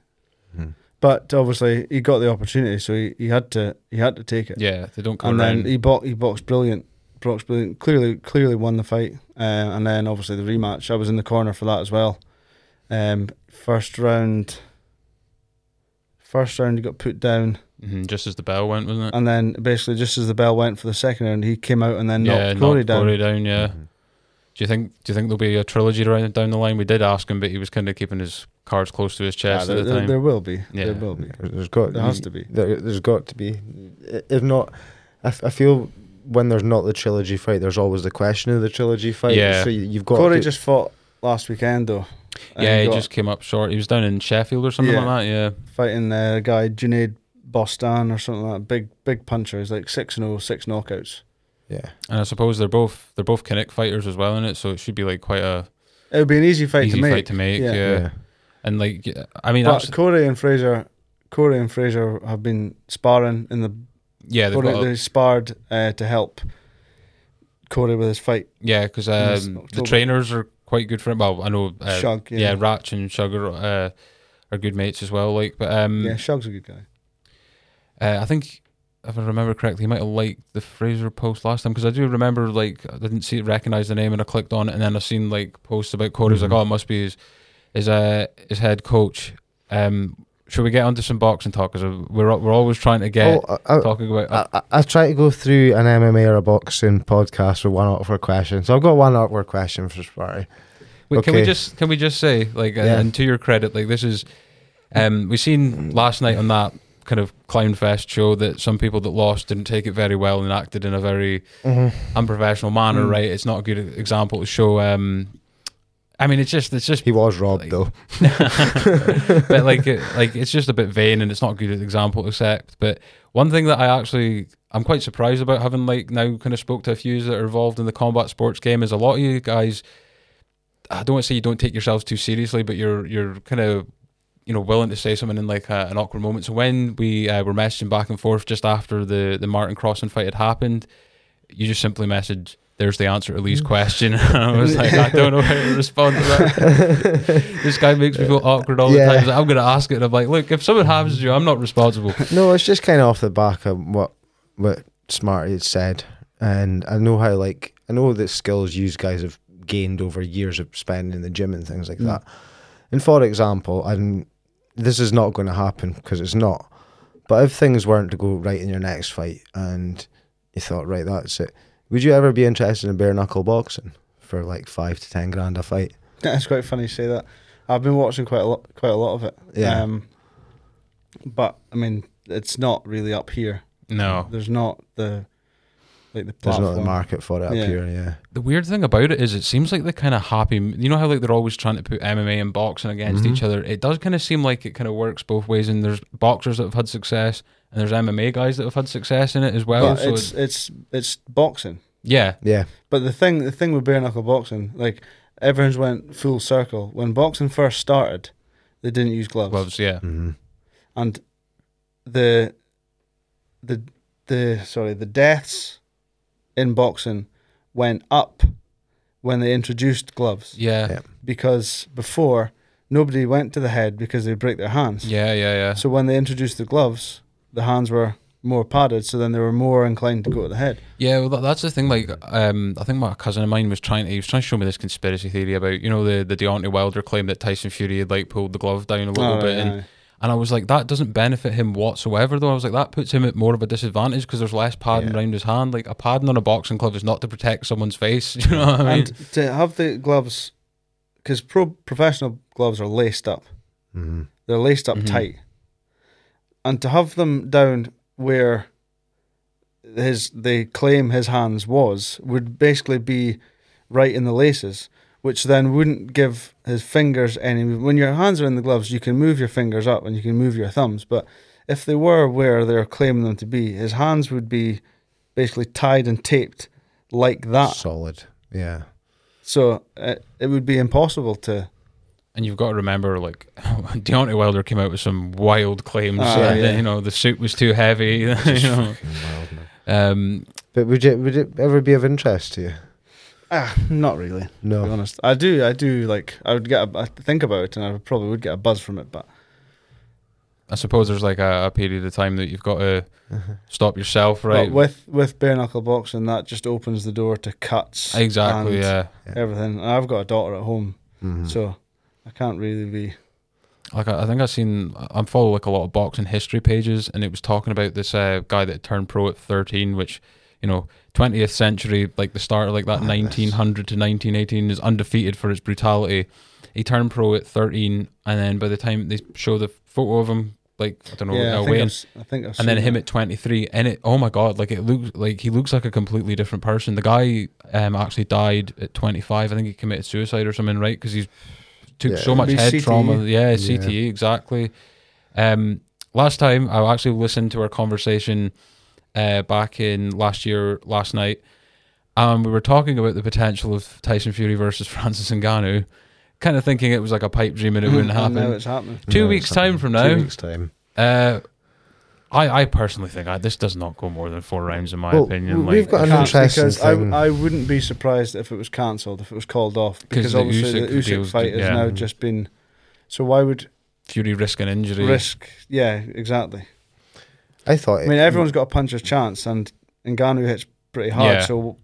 A: Hmm.
C: But obviously, he got the opportunity, so he, he had to he had to take it.
B: Yeah, they don't come
C: and
B: around.
C: then he bought he boxed brilliant, boxed brilliant. Clearly, clearly won the fight. Uh, and then obviously the rematch. I was in the corner for that as well. Um, first round, first round he got put down,
B: hmm just as the bell went, wasn't it?
C: and then basically just as the bell went for the second round, he came out and then knocked
B: yeah,
C: Corey
B: knocked
C: down.
B: Corey down. Yeah. Do you think? Do you think there'll be a trilogy right down the line? We did ask him, but he was kind of keeping his cards close to his
C: Yeah,
B: chest
C: there,
B: at the
C: there-
B: time.
C: there will be.
B: Yeah.
C: There will be.
A: There's got
C: There has to be.
A: There, there's got to be. I- If not, I, f- I feel when there's not the trilogy fight, there's always the question of the trilogy fight.
B: Yeah.
A: So you, you've got.
C: Corey
A: to,
C: just fought last weekend though. and
B: yeah, he
C: got-
B: just came up short. He was down in Sheffield or something
C: Yeah.
B: like that. Yeah,
C: fighting the guy Junaid Bostan or something like that. Big big puncher. He's like six and oh, six knockouts.
A: yeah.
B: and I suppose they're both they're both Kinnick fighters as well in it, so it should be like quite a
C: It would be an easy fight
B: easy
C: to make.
B: fight to make. Yeah,
C: yeah.
B: and like y- I mean,
C: but
B: abs-
C: Corey and Fraser, Corey and Fraser have been sparring in the.
B: yeah, they've
C: Corey,
B: got a-
C: they sparred uh, to help Corey with his fight.
B: yeah, because
C: it's
B: um, the
C: October.
B: trainers are quite good for him. Well, I know uh,
C: Shug,
B: yeah.
C: yeah.
B: Ratch and Shug are, uh, are good mates as well. Like, but um,
C: yeah, Shug's a good guy. [laughs]
B: Uh, I think, if I remember correctly, he might have liked the Fraser post last time because I do remember like I didn't see recognize the name and I clicked on it and then I seen like posts about Corey. I was
A: Mhm.
B: like, oh, it must be his his uh, his head coach. Um, should we get onto some boxing talk? Because we're al- we're always trying to get
A: Oh, I, I,
B: talking about. uh,
A: I, I- I try to go through an MMA or a boxing podcast with one awkward question. So I've got one awkward question for Sparty.
B: Wait, Can we
A: okay.
B: just can we just say like
A: Yeah.
B: and to your credit, like this is, um, we seen last night on that kind of clown fest show that some people that lost didn't take it very well and acted in a very
C: Mm-hmm.
B: unprofessional manner,
C: Mm.
B: right? It's not a good example to show. Um, I mean, it's just it's
A: [laughs]
B: just, [laughs]
A: He was robbed
B: Like-
A: though.
B: but like it, like it's just a bit vain, and it's not a good example to accept. But one thing that I actually I'm quite surprised about having like now kind of spoke to a few that are involved in the combat sports game is a lot of you guys. I don't want to say you don't take yourselves too seriously, but you're you're kind of you know willing to say something in like a, an awkward moment. So when we uh, were messaging back and forth just after the the Martin Crossing fight had happened, you just simply messaged, "There's the answer to Lee's question." [laughs] and I was like, I don't know how to respond to that. this guy makes me feel awkward all the
A: Yeah.
B: time. He's like, I'm going to ask it, and I'm like, look, if something happens to you, I'm not responsible.
A: No, it's just kind of off the back of what what Smarty had said, and I know how like I know the skills you guys have gained over years of spending in the gym and things like
C: Mm.
A: that. And for example, and this is not going to happen because it's not. But if things weren't to go right in your next fight, and you thought, right, that's it, would you ever be interested in bare knuckle boxing for like five to ten grand a fight?
C: It's quite funny you say Um, that. I've been watching quite a lot, quite a lot of it.
A: Yeah.
C: Um, but I mean, it's not really up here.
B: No.
C: There's not the like the
A: There's not
C: platform.
A: the market for it up
C: Yeah.
A: here, yeah.
B: The weird thing about it is, it seems like they kind of happy. You know how like they're always trying to put MMA and boxing against
A: Mhm.
B: each other. It does kind of seem like it kind of works both ways. And there's boxers that have had success, and there's MMA guys that have had success in it as well.
C: But
B: Oh, so
C: it's it's it's boxing.
B: yeah,
A: Yeah.
C: But the thing the thing with bare knuckle boxing, like everyone's went full circle. When boxing first started, they didn't use gloves.
B: gloves. Yeah,
A: hmm
C: and the the the sorry the deaths in boxing went up when they introduced gloves
B: yeah,
A: Yeah.
C: because before nobody went to the head because they break their hands.
B: yeah, yeah, yeah.
C: So when they introduced the gloves, the hands were more padded, so then they were more inclined to go to the head.
B: Yeah, well, that, that's the thing. Like, um, I think my cousin of mine was trying to he was trying to show me this conspiracy theory about you know the the Deontay Wilder claim that Tyson Fury had like pulled the glove down a little
C: Aye,
B: bit, and
C: aye.
B: and I was like that doesn't benefit him whatsoever. Though I was like that puts him at more of a disadvantage because there's less padding
A: Yeah.
B: around his hand. Like a padding on a boxing glove is not to protect someone's face. [laughs] You know what I mean?
C: and to have the gloves, because pro professional gloves are laced up.
A: hmm
C: They're laced up
B: Mhm.
C: tight. And to have them down where his they claim his hands was would basically be right in the laces, which then wouldn't give his fingers any move. When your hands are in the gloves, you can move your fingers up and you can move your thumbs, but if they were where they're claiming them to be, his hands would be basically tied and taped like that.
A: Solid. Yeah.
C: So it, it would be impossible to.
B: And you've got to remember, like [laughs] Deontay Wilder came out with some wild claims.
C: Ah,
B: and,
C: yeah.
B: You know, the suit was too heavy. [laughs] You know,
C: [laughs]
A: Fucking wild, man.
B: um,
A: But would it would it ever be of interest to you?
C: Ah, not really. to
A: [laughs]
C: be
A: No.
C: honest. I do, I do like. I would get. A, I think about it, and I probably would get a buzz from it. But
B: I suppose there's like a, a period of time that you've got to stop yourself, right?
C: but with with bare knuckle boxing, that just opens the door to cuts.
B: Exactly.
C: and
B: Yeah.
C: Everything. And I've got a daughter at home,
A: Mhm.
C: so I can't really be.
B: Like I, I think I've seen. I- I'm follow like a lot of boxing history pages, and it was talking about this uh, guy that turned pro at 13, which you know, 20th century, like the start of like that
A: Madness.
B: 1900 to 1918 is undefeated for its brutality. He turned pro at 13, and then by the time they show the photo of him, like I don't know,
C: yeah, I
B: away
C: think,
B: in
C: I've, s- I think I've
B: and then
C: seen
B: him
C: that.
B: at 23 and it oh my god like it looks like he looks like a completely different person the guy um actually died at 25 i think he committed suicide or something right because he's took
A: Yeah.
B: so much
C: Be
B: head
C: CTE.
B: trauma yeah
A: Yeah.
B: cte exactly um last time i actually listened to our conversation uh back in last year last night um we were talking about the potential of tyson fury versus [laughs] francis ngannou kind of thinking it was like a pipe dream and it wouldn't
C: And Now
B: happen
C: Mm-hmm. Hmm. it's happening.
B: two
A: No,
B: weeks
A: something.
B: time from now
A: Two weeks time.
B: uh, I I personally think I, this does not go more than four rounds in my
A: Well,
B: opinion.
A: we've
B: like,
A: got an
C: Can't-
A: interesting
C: because I,
A: thing.
C: I wouldn't be surprised if it was cancelled, if it was called off, because
B: the
C: obviously
B: Usyk
C: the Usyk
B: deals
C: fight
B: did-
C: has
B: yeah.
C: now just been. So why would
B: Fury risk an injury.
C: risk? Yeah, exactly.
A: I thought.
C: I mean, everyone's got a puncher's chance, and Ngannou hits pretty hard.
B: Yeah.
C: So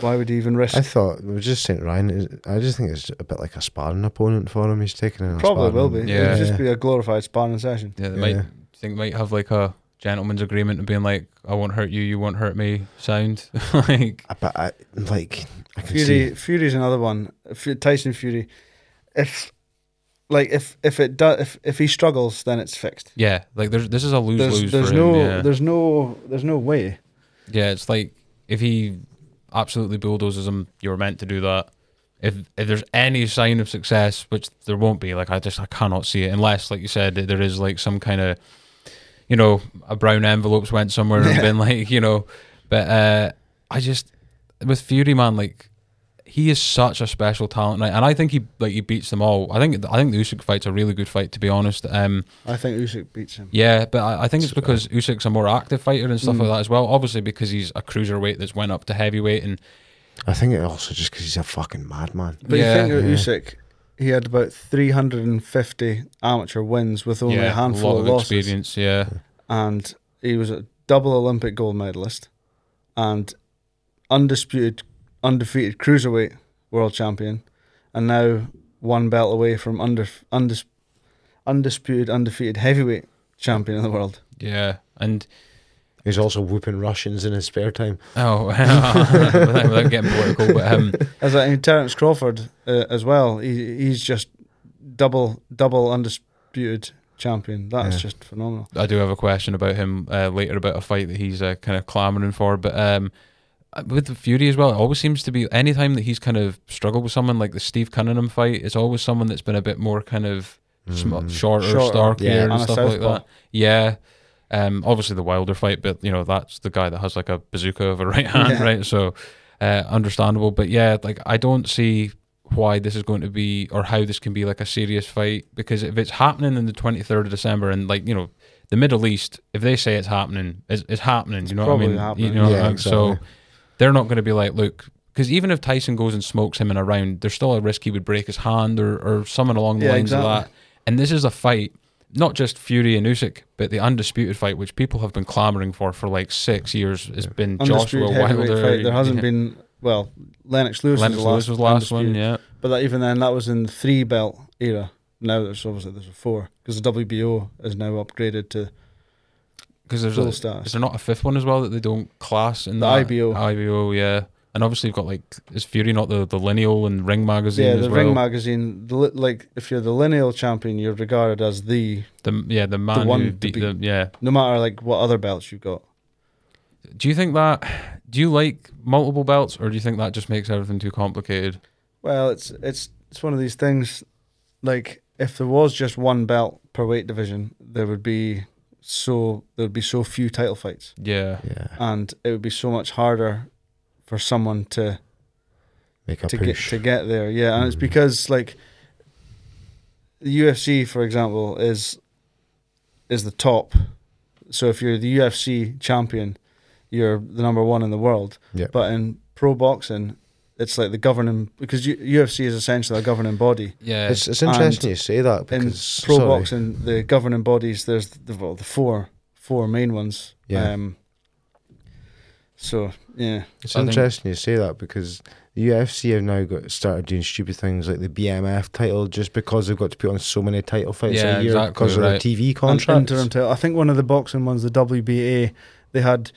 C: why would he even risk?
A: Mm. I thought we were just saying Ryan. is- I just think it's a bit like a sparring opponent for him. He's taking in a
C: Probably
A: sparring-
C: will be.
B: Yeah.
C: It'd just be a glorified sparring session.
B: Yeah, they
A: Yeah.
B: might think might have like a gentleman's agreement of being like, I won't hurt you, you won't hurt me. Sound [laughs] like
A: Uh, But I like. I can
C: Fury,
A: see.
C: Fury's another one. Fu- Tyson Fury, if like if if it does if if he struggles, then it's fixed.
B: yeah, like there's this is a lose
C: There's
B: lose
C: there's
B: for
C: no
B: him. Yeah.
C: there's no there's no way.
B: yeah, it's like if he absolutely bulldozes him, you were meant to do that. If if there's any sign of success, which there won't be, like I just I cannot see it unless, like you said, that there is like some kind of, you know, a brown envelope's went somewhere and
C: Yeah.
B: been like, you know, but uh I just with Fury man, like he is such a special talent, right? And I think he like he beats them all. I think I think the Usyk fight's a really good fight, to be honest. Um,
C: I think Usyk beats him.
B: yeah, but I, I think it's because Usyk's a more active fighter and stuff
C: Hmm.
B: like that as well. Obviously, because he's a cruiserweight that's went up to heavyweight, and
A: I think it also just because he's a fucking madman.
C: But
B: Yeah.
C: you think about
A: Yeah.
C: Usyk, he had about 350 amateur wins with only
B: yeah,
C: a handful
B: lot
C: of,
B: of,
C: losses.
B: experience. Yeah,
C: and he was a double Olympic gold medalist and undisputed, undefeated cruiserweight world champion, and now one belt away from under, undis, undisputed, undefeated heavyweight champion of the world.
B: yeah, and
A: He's also whooping Russians in his spare time.
B: oh, [laughs] without, without getting political, but um,
C: As I mean, Terence Crawford uh, as well. He he's just double double undisputed champion. That is
A: Yeah.
C: just phenomenal.
B: I do have a question about him uh, later about a fight that he's uh, kind of clamoring for, but um, uh, with the Fury as well, it always seems to be any time that he's kind of struggled with someone like the Steve Cunningham fight, it's always someone that's been a bit more kind of sm-
A: Mm.
B: shorter,
C: Shorter,
B: starkier,
A: yeah.
B: and,
C: And a
B: stuff like
C: southpaw.
B: that. Yeah. Um, obviously the Wilder fight, but you know that's the guy that has like a bazooka of a right [laughs] hand,
C: Yeah.
B: right? So uh, understandable. But yeah, like I don't see why this is going to be or how this can be like a serious fight because if it's happening on the 23rd of December and like you know the Middle East, if they say it's happening, it's, it's happening.
C: It's
B: you know what I
C: probably
B: mean?
C: happening.
B: You know,
A: Yeah,
B: uh, so
A: exactly.
B: they're not going to be like, look, because even if Tyson goes and smokes him in a round, there's still a risk he would break his hand or, or something along the
C: Yeah,
B: lines of that.
C: exactly.
B: And this is a fight, not just Fury and Usyk, but the undisputed fight, which people have been clamoring for for like six years, has been
C: Undisputed
B: Joshua
C: heavyweight
B: Wilder.
C: fight. There hasn't
B: yeah.
C: been well, Lennox Lewis
B: Lennox
C: was the last,
B: Lewis was last
C: undisputed.
B: one, yeah.
C: But that, even then, that was in the three belt era. Now there's obviously there's a four because the WBO is now upgraded to
B: Because there's
C: full
B: a,
C: status.
B: Is there not a fifth one as well that they don't class in
C: The
B: that?
C: IBO.
B: IBO, yeah. And obviously you've got like is Fury not the the lineal and Ring magazine
C: Yeah,
B: as
C: the
B: well?
C: Ring magazine. The, li- like if you're the lineal champion, you're regarded as the
B: the yeah the man
C: one
B: who
C: to
B: beat
C: beat.
B: them. Yeah.
C: no matter like what other belts you've got.
B: Do you think that? Do you like multiple belts, or do you think that just makes everything too complicated?
C: Well, it's it's it's one of these things. Like if there was just one belt per weight division, there would be so there would be so few title fights,
B: Yeah.
A: Yeah,
C: and it would be so much harder for someone to
A: make a
C: to get
A: push.
C: to get there. Yeah, and it's
A: Mhm.
C: because like the UFC, for example, is is the top. So if you're the UFC champion, you're the number one in the world.
A: Yeah.
C: But in pro boxing, it's like the governing because U- UFC is essentially a governing body.
B: Yeah.
A: it's it's interesting you say that
C: In
A: because
C: pro
A: sorry.
C: boxing, the governing bodies there's the, well, the four four main ones.
A: Yeah.
C: Um, so yeah,
A: It's
B: I think-
A: interesting you say that because the UFC have now got started doing stupid things like the BMF title just because they've got to put on so many title fights
B: Yeah,
A: a year
B: exactly,
A: because
B: right.
A: of the TV
C: an
A: contracts.
C: interim title. I think one of the boxing ones, the WBA, they had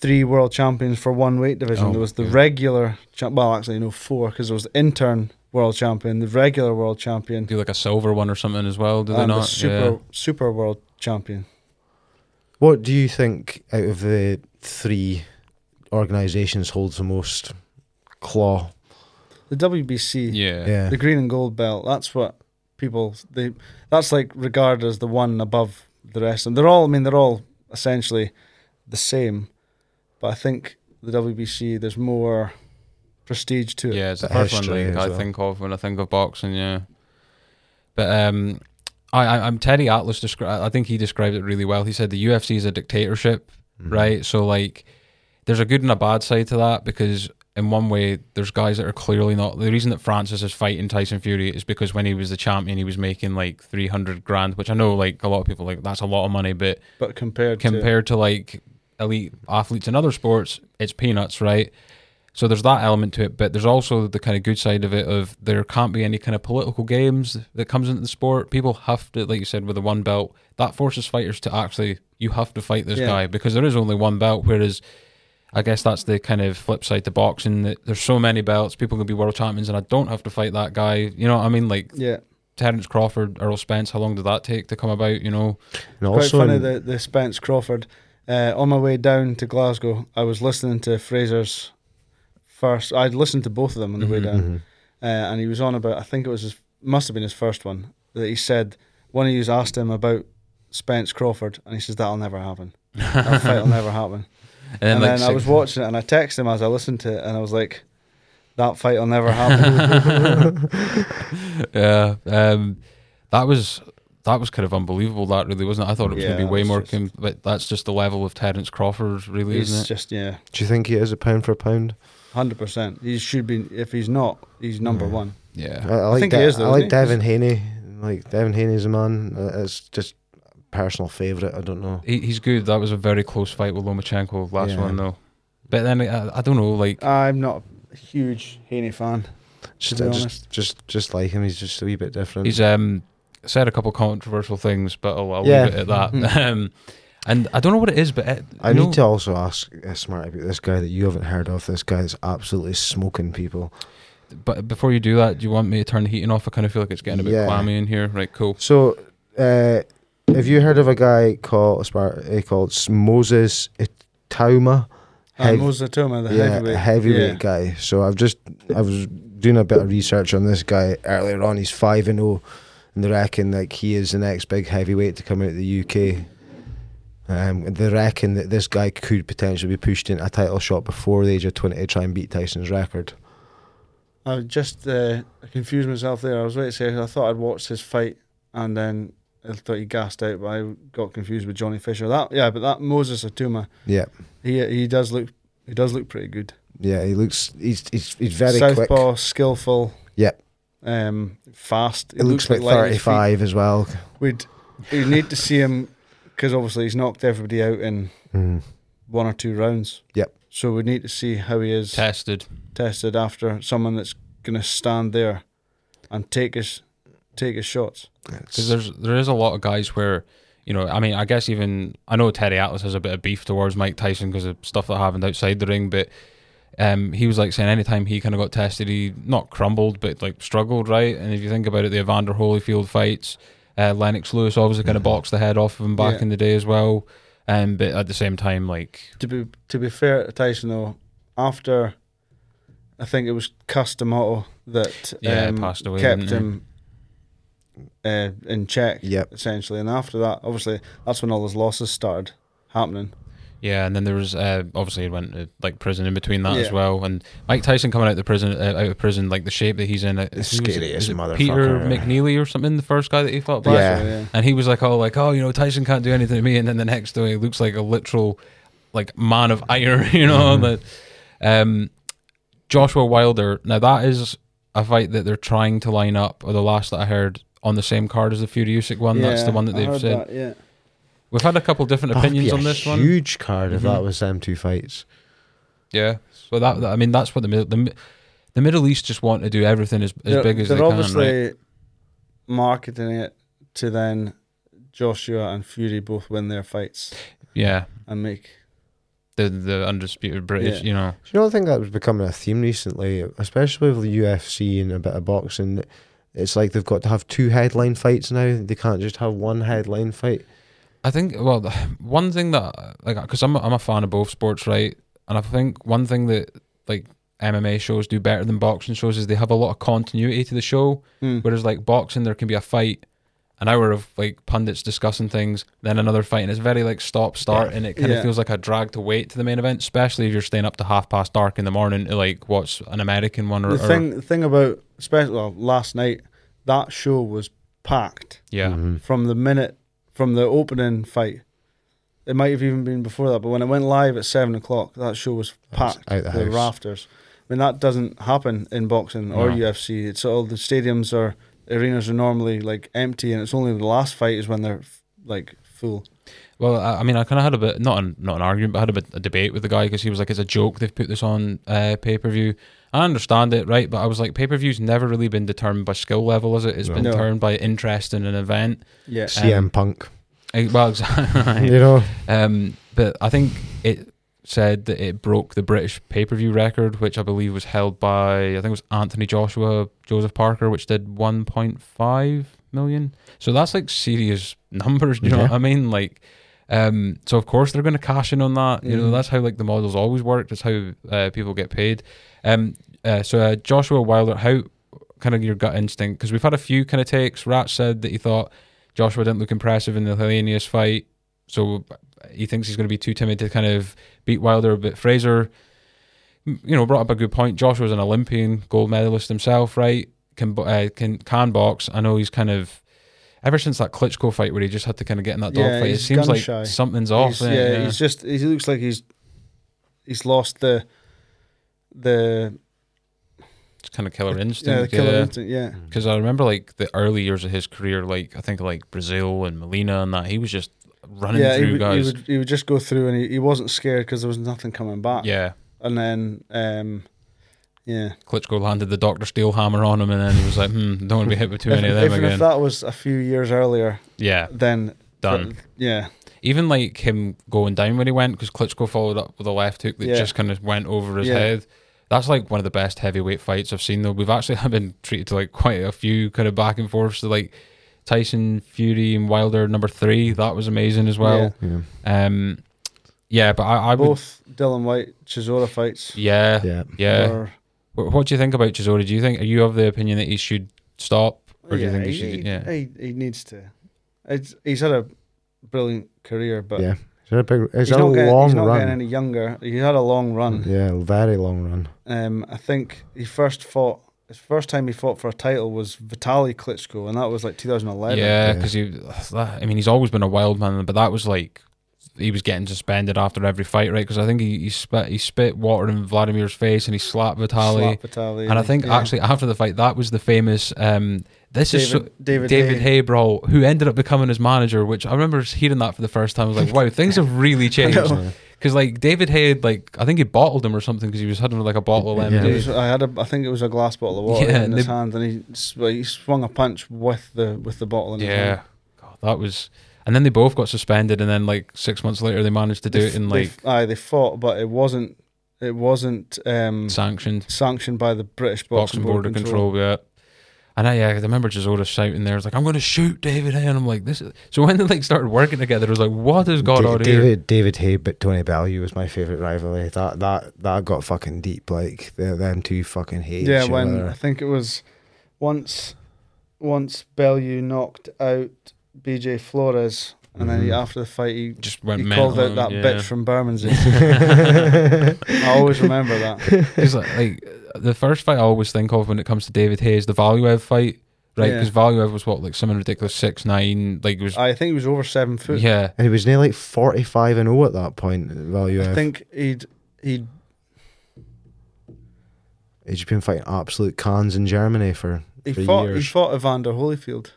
C: three world champions for one weight division.
B: Oh,
C: there was the
B: yeah.
C: regular, cha- well, actually no, four because there was the intern world champion, the regular world champion,
B: do like a silver one or something as well? Do they
C: and
B: not?
C: the super super world champion.
A: What do you think out of the three organisations holds the most claw?
C: The WBC,
B: yeah.
A: Yeah,
B: Yeah.
C: the green and gold belt. That's what people they. That's like regarded as the one above the rest, and they're all. I mean, they're all essentially the same, but I think the WBC there's more prestige to it.
B: Yeah, it's the
A: But
B: first one
A: history
B: like,
A: as
B: I
A: well.
B: think of when I think of boxing. Yeah, but um, I, I I'm Teddy Atlas. Descri- I think he described it really well. He said the UFC is a dictatorship, right? So like, there's a good and a bad side to that because in one way, there's guys that are clearly not. The reason that Francis is fighting Tyson Fury is because when he was the champion, he was making like 300 grand, which I know like a lot of people like that's a lot of money, but
C: But compared to
B: compared to like elite athletes in other sports, it's peanuts, right? So there's that element to it, but there's also the kind of good side of it of there can't be any kind of political games that comes into the sport. People have to, like you said, with the one belt, that forces fighters to actually you have to fight this
C: Yeah.
B: guy because there is only one belt. Whereas I guess that's the kind of flip side to boxing that there's so many belts, people can be world champions and I don't have to fight that guy. You know what I mean? Like
C: yeah,
B: Terence Crawford, Earl Spence, how long did that take to come about, you know?
A: And
C: quite
A: also,
C: funny
A: in-
C: the the Spence Crawford. Uh, on my way down to Glasgow, I was listening to Fraser's first. I'd listened to both of them on the way
B: Mhm.
C: down,
A: Mhm.
C: uh, and he was on about. I think it was his must have been his first one that he said. One of you asked him about Spence Crawford, and he says that'll never happen. That fight'll
B: [laughs]
C: never happen.
B: And
C: And,
B: like,
C: then I
B: six-
C: was watching it, and I texted him as I listened to it, and I was like, "That fight'll
B: [laughs]
C: never happen."
B: yeah, um, that was that was kind of unbelievable. That really wasn't. It? I thought it was going
C: Yeah,
B: to be way
C: it's
B: more.
C: just-
B: com- but that's just the level of Terence Crawford, really,
C: He's
B: isn't it?
C: just yeah,
A: do you think he is a pound for pound?
C: hundred percent. He should be. If he's not, he's number
A: Yeah.
C: one.
A: I,
B: Yeah,
A: I like
C: think he
A: De-
C: is though,
A: I like
C: isn't he?
A: Devin Haney. Like Devin Haney's a man. uh, It's just a personal favourite. I don't know.
B: he, he's good. That was a very close fight with Lomachenko last
A: Yeah. Um,
B: one though. But then I, I don't know, like
C: I'm not a huge Haney fan.
A: Just,
C: be
A: I just,
C: honest.
A: just, just like him. He's just a wee bit different.
B: he's um said a couple controversial things, but I'll, I'll
A: Yeah.
B: leave it at
A: [laughs]
B: that. um, and I don't know what it is, but it,
A: I
B: you know,
A: need to also ask uh, Smart about this guy that you haven't heard of. This guy that's absolutely smoking people.
B: But before you do that, do you want me to turn the heating off? I kind of feel like it's getting a bit
A: Yeah.
B: clammy in here. Right, cool.
A: So, uh, Have you heard of a guy called uh, called S- Moses Itauma?
C: Uh,
A: Heav-
C: Moses Atoma, the
A: yeah,
C: heavyweight.
A: a heavyweight
C: Yeah.
A: guy. So I've just I was doing a bit of research on this guy earlier on. He's five and zero, and they reckon like he is the next big heavyweight to come out of the UK. Um, they reckon that this guy could potentially be pushed into a title shot before the age of twenty to try and beat Tyson's record.
C: I just uh, I confused myself there. I was waiting to say I thought I'd watched his fight, and then I thought he gassed out, but I got confused with Johnny Fisher. That yeah, but that Moses Atuma,
A: Yeah,
C: he uh, he does look he does look pretty good.
A: yeah. He looks he's he's, he's very quick.
C: Southpaw, skillful.
A: Yeah.
C: Um, fast. He
A: It looks, like
C: light at
A: thirty
C: his feet.
A: five as well.
C: We'd we need to see him because obviously he's knocked everybody out in
A: Mm.
C: one or two rounds.
A: Yep.
C: So we need to see how he is
B: tested.
C: tested after someone that's going to stand there and take his take his shots.
B: Because there's there is a lot of guys where you know I mean I guess even I know Terry Atlas has a bit of beef towards Mike Tyson because of stuff that happened outside the ring, but um, he was like saying anytime he kind of got tested, he not crumbled but like struggled, right? And if you think about it, the Evander Holyfield fights, uh, Lennox Lewis obviously kind of boxed the head off of him back
C: Yeah.
B: in the day as well. Um, but at the same time, like
C: To be to be fair to Tyson though, after I think it was Customato that
B: Yeah,
C: um,
B: passed away,
C: kept
B: didn't he?
C: him uh, in check
A: Yep.
C: essentially, and after that, obviously, that's when all his losses started happening.
B: Yeah, and then there was uh, obviously he went to like prison in between that as
C: Yeah.
B: well, and Mike Tyson coming out of the prison uh, out of prison like the shape that he's in. Uh,
A: It's
B: who was it?
A: scary
B: Was
A: as
B: it
A: motherfucker.
B: Peter McNeely or something, the first guy that he fought. Back?
A: Yeah.
C: yeah.
B: and he was like, "Oh, like oh, you know, Tyson can't do anything to me," and then the next day he looks like a literal like man of iron, [laughs] you know.
C: Mm-hmm.
B: That um, Joshua Wilder. Now that is a fight that they're trying to line up, or the last that I heard on the same card as the Fury Usyk one. That's the one that
C: I
B: they've
C: heard
B: said.
C: that, yeah.
B: We've had a couple different
A: That'd be
B: opinions
A: a
B: on this one.
A: Huge card if
B: Mhm.
A: that was them two fights.
B: Yeah, but that, that- I mean that's what the Mid- the, Mi- the Middle East just want to do everything as, as big as they
C: they're
B: can,
C: obviously
B: right?
C: marketing it to then Joshua and Fury both win their fights
B: Yeah,
C: and make.
B: the the undisputed British,
C: Yeah.
B: you know.
A: Do you know, I think that was becoming a theme recently, especially with the UFC and a bit of boxing. It's like they've got to have two headline fights now. They can't just have one headline fight.
B: I think well, the- one thing that like because I'm a, I'm a fan of both sports, right? And I think one thing that like MMA shows do better than boxing shows is they have a lot of continuity to the show.
C: Mm.
B: Whereas like boxing, there can be a fight, an hour of like pundits discussing things, then another fight, and it's very like stop start, and it kind of
C: Yeah.
B: feels like a drag to wait to the main event, especially if you're staying up to half past dark in the morning to like watch an American one or,
C: The
B: or-
C: thing, the thing about especially well, last night, that show was packed
B: yeah,
A: Mhm.
C: from the minute from the opening fight. It might have even been before that, but when it went live at seven o'clock, that show was
A: was
C: packed.
A: out the house.
C: rafters. I mean, that doesn't happen in boxing or
B: No.
C: UFC. It's all the stadiums or arenas are normally like empty, and it's only the last fight is when they're f- like full.
B: Well, I, I mean, I kind of had a bit not an, not an argument, but I had a bit a debate with the guy because he was like, "It's a joke they've put this on uh, pay per view." I understand it, right? But I was like, pay per view's never really been determined by skill level, is it? It's been
C: No.
B: determined by interest in an event.
C: Yeah.
A: CM Punk.
B: Eh, Well, [laughs] exactly. [laughs]
A: You know?
B: Um, but I think it said that it broke the British pay per view record, which I believe was held by I think it was Anthony Joshua, Joseph Parker, which did one point five million. So that's like serious [laughs] numbers. You know
A: Yeah.
B: what I mean? Like, um, so of course they're going to cash in on that. You know,
C: Mhm.
B: that's how like the models always work. That's how uh, people get paid. Um, uh, so uh, Joshua Wilder, how kind of your gut instinct? Because we've had a few kind of takes. Rat said that he thought Joshua didn't look impressive in the Hellenius fight, so he thinks he's going to be too timid to kind of beat Wilder. But Fraser, m- you know, brought up a good point. Joshua's an Olympian gold medalist himself, right? Can bo- uh, can can box. I know he's kind of ever since that Klitschko fight where he just had to kind of get in that dog
C: Yeah,
B: fight. It
C: he's
B: seems
C: gun
B: like
C: shy.
B: something's
C: He's-
B: off. eh?
C: yeah, he's just he looks like he's he's lost the the
B: it's kind of killer
C: yeah the
B: instinct.
C: killer
B: yeah. Mm.
C: instinct. Yeah,
B: because I remember like the early years of his career, like I think like Brazil and Molina and that he was just running
C: yeah.
B: through
C: He would, he
B: guys.
C: would he would just go through and he, he wasn't scared because there was nothing coming back.
B: yeah,
C: and then um yeah.
B: Klitschko landed the Doctor Steel hammer on him, and then he was like, "Hmm, don't want to be hit with too
C: if,
B: many of
C: if-
B: them
C: if
B: again."
C: that was a few years earlier,
B: yeah,
C: then
B: done.
C: th- yeah,
B: Even like him going down when he went, because Klitschko followed up with a left hook that
C: Yeah.
B: just kind of went over his
C: Yeah.
B: head. That's like one of the [laughs] best heavyweight fights I've seen. Though we've actually been treated to like quite a few kind of back and forths. So, like Tyson Fury and Wilder number three. That was amazing as well. [laughs]
A: Yeah.
B: Yeah, um, yeah but I, I would.
C: Both Dylan White Chisora fights.
B: Yeah, yeah.
A: Yeah.
C: were-
B: What, what do you think about Chisora? Do you think are you of the opinion that he should stop, or do you
C: yeah,
B: think he,
C: he,
B: should?
C: he-
B: yeah,
C: he, he needs to. It's, he's had a brilliant career, but
A: Yeah. It's a big. It's
C: he's
A: a
C: not, getting,
A: long
C: he's not
A: run. Mm.
C: getting any younger. He had a long run.
A: Yeah, very long
C: [laughs]
A: run.
C: Um, I think he first fought. His first time he fought for a title was Vitali Klitschko, and that was like 2011.
B: yeah,
A: Yeah.
B: because he. [sighs] I mean, he's always been a wild man, but that was like he was getting suspended after every fight, right? Because I think he, he spit he spit water in Vladimir's face and he slapped Vitali.
C: Slap Vitali.
B: And I think
C: yeah.
B: actually after the fight, that was the famous. Um, this
C: David,
B: is so,
C: David,
B: David
C: Haye.
B: Hay, bro, who ended up becoming his manager. Which I remember hearing that for the first time. I was like, wow, things have
C: [laughs]
B: really changed.
A: know.
B: Because like David Hay, had, like I think he bottled him or something because he was having like a bottle of
A: Yeah.
C: It
B: lemonade.
C: was- I had a, I think it was a glass bottle of water
B: Yeah,
C: in
B: and
C: his
B: they-
C: hand, and he s- well, he swung a punch with the with the bottle in his hand.
B: Yeah, God, that was. And then they both got suspended, and then like six months later, they managed to do
C: They
B: it
C: f-
B: in
C: they
B: like
C: f- aye, they fought, but it wasn't it wasn't um,
B: sanctioned
C: sanctioned by the British
B: boxing
C: Boxing, Board
B: border control. Yeah. And I, yeah, I remember Gisora shouting there, "It's like I'm going to shoot David Hay," and I'm like, "This." Is... So when they like started working together, it was like, "What has God
A: Da-
B: on here?"
A: David David Hay but Tony Bellew was my favourite rivalry. That that that got fucking deep. Like the, them two fucking hate
C: Yeah,
A: each
C: when I
A: other.
C: think it was once once Bellew knocked out BJ Flores, and then he,
A: Mhm.
B: Mm-hmm.
C: after the fight he.
B: Just went
C: he
B: mental
C: called out
B: on
C: that
B: him, yeah.
C: bitch from Bermondsey. [laughs] I always remember that.
B: 'Cause, like, like, the first fight I always think of when it comes to David Hayes, the Valuev fight, right?
C: Yeah.
B: Because Valuev was what, like something ridiculous, six nine, like it was,
C: I think he was over seven foot.
B: yeah,
A: [laughs] And he was near like forty five and zero at that point. Value.
C: I think he'd he'd
A: he's been fighting absolute cons in Germany for.
C: he
A: for
C: fought
A: years.
C: he fought Evander Holyfield.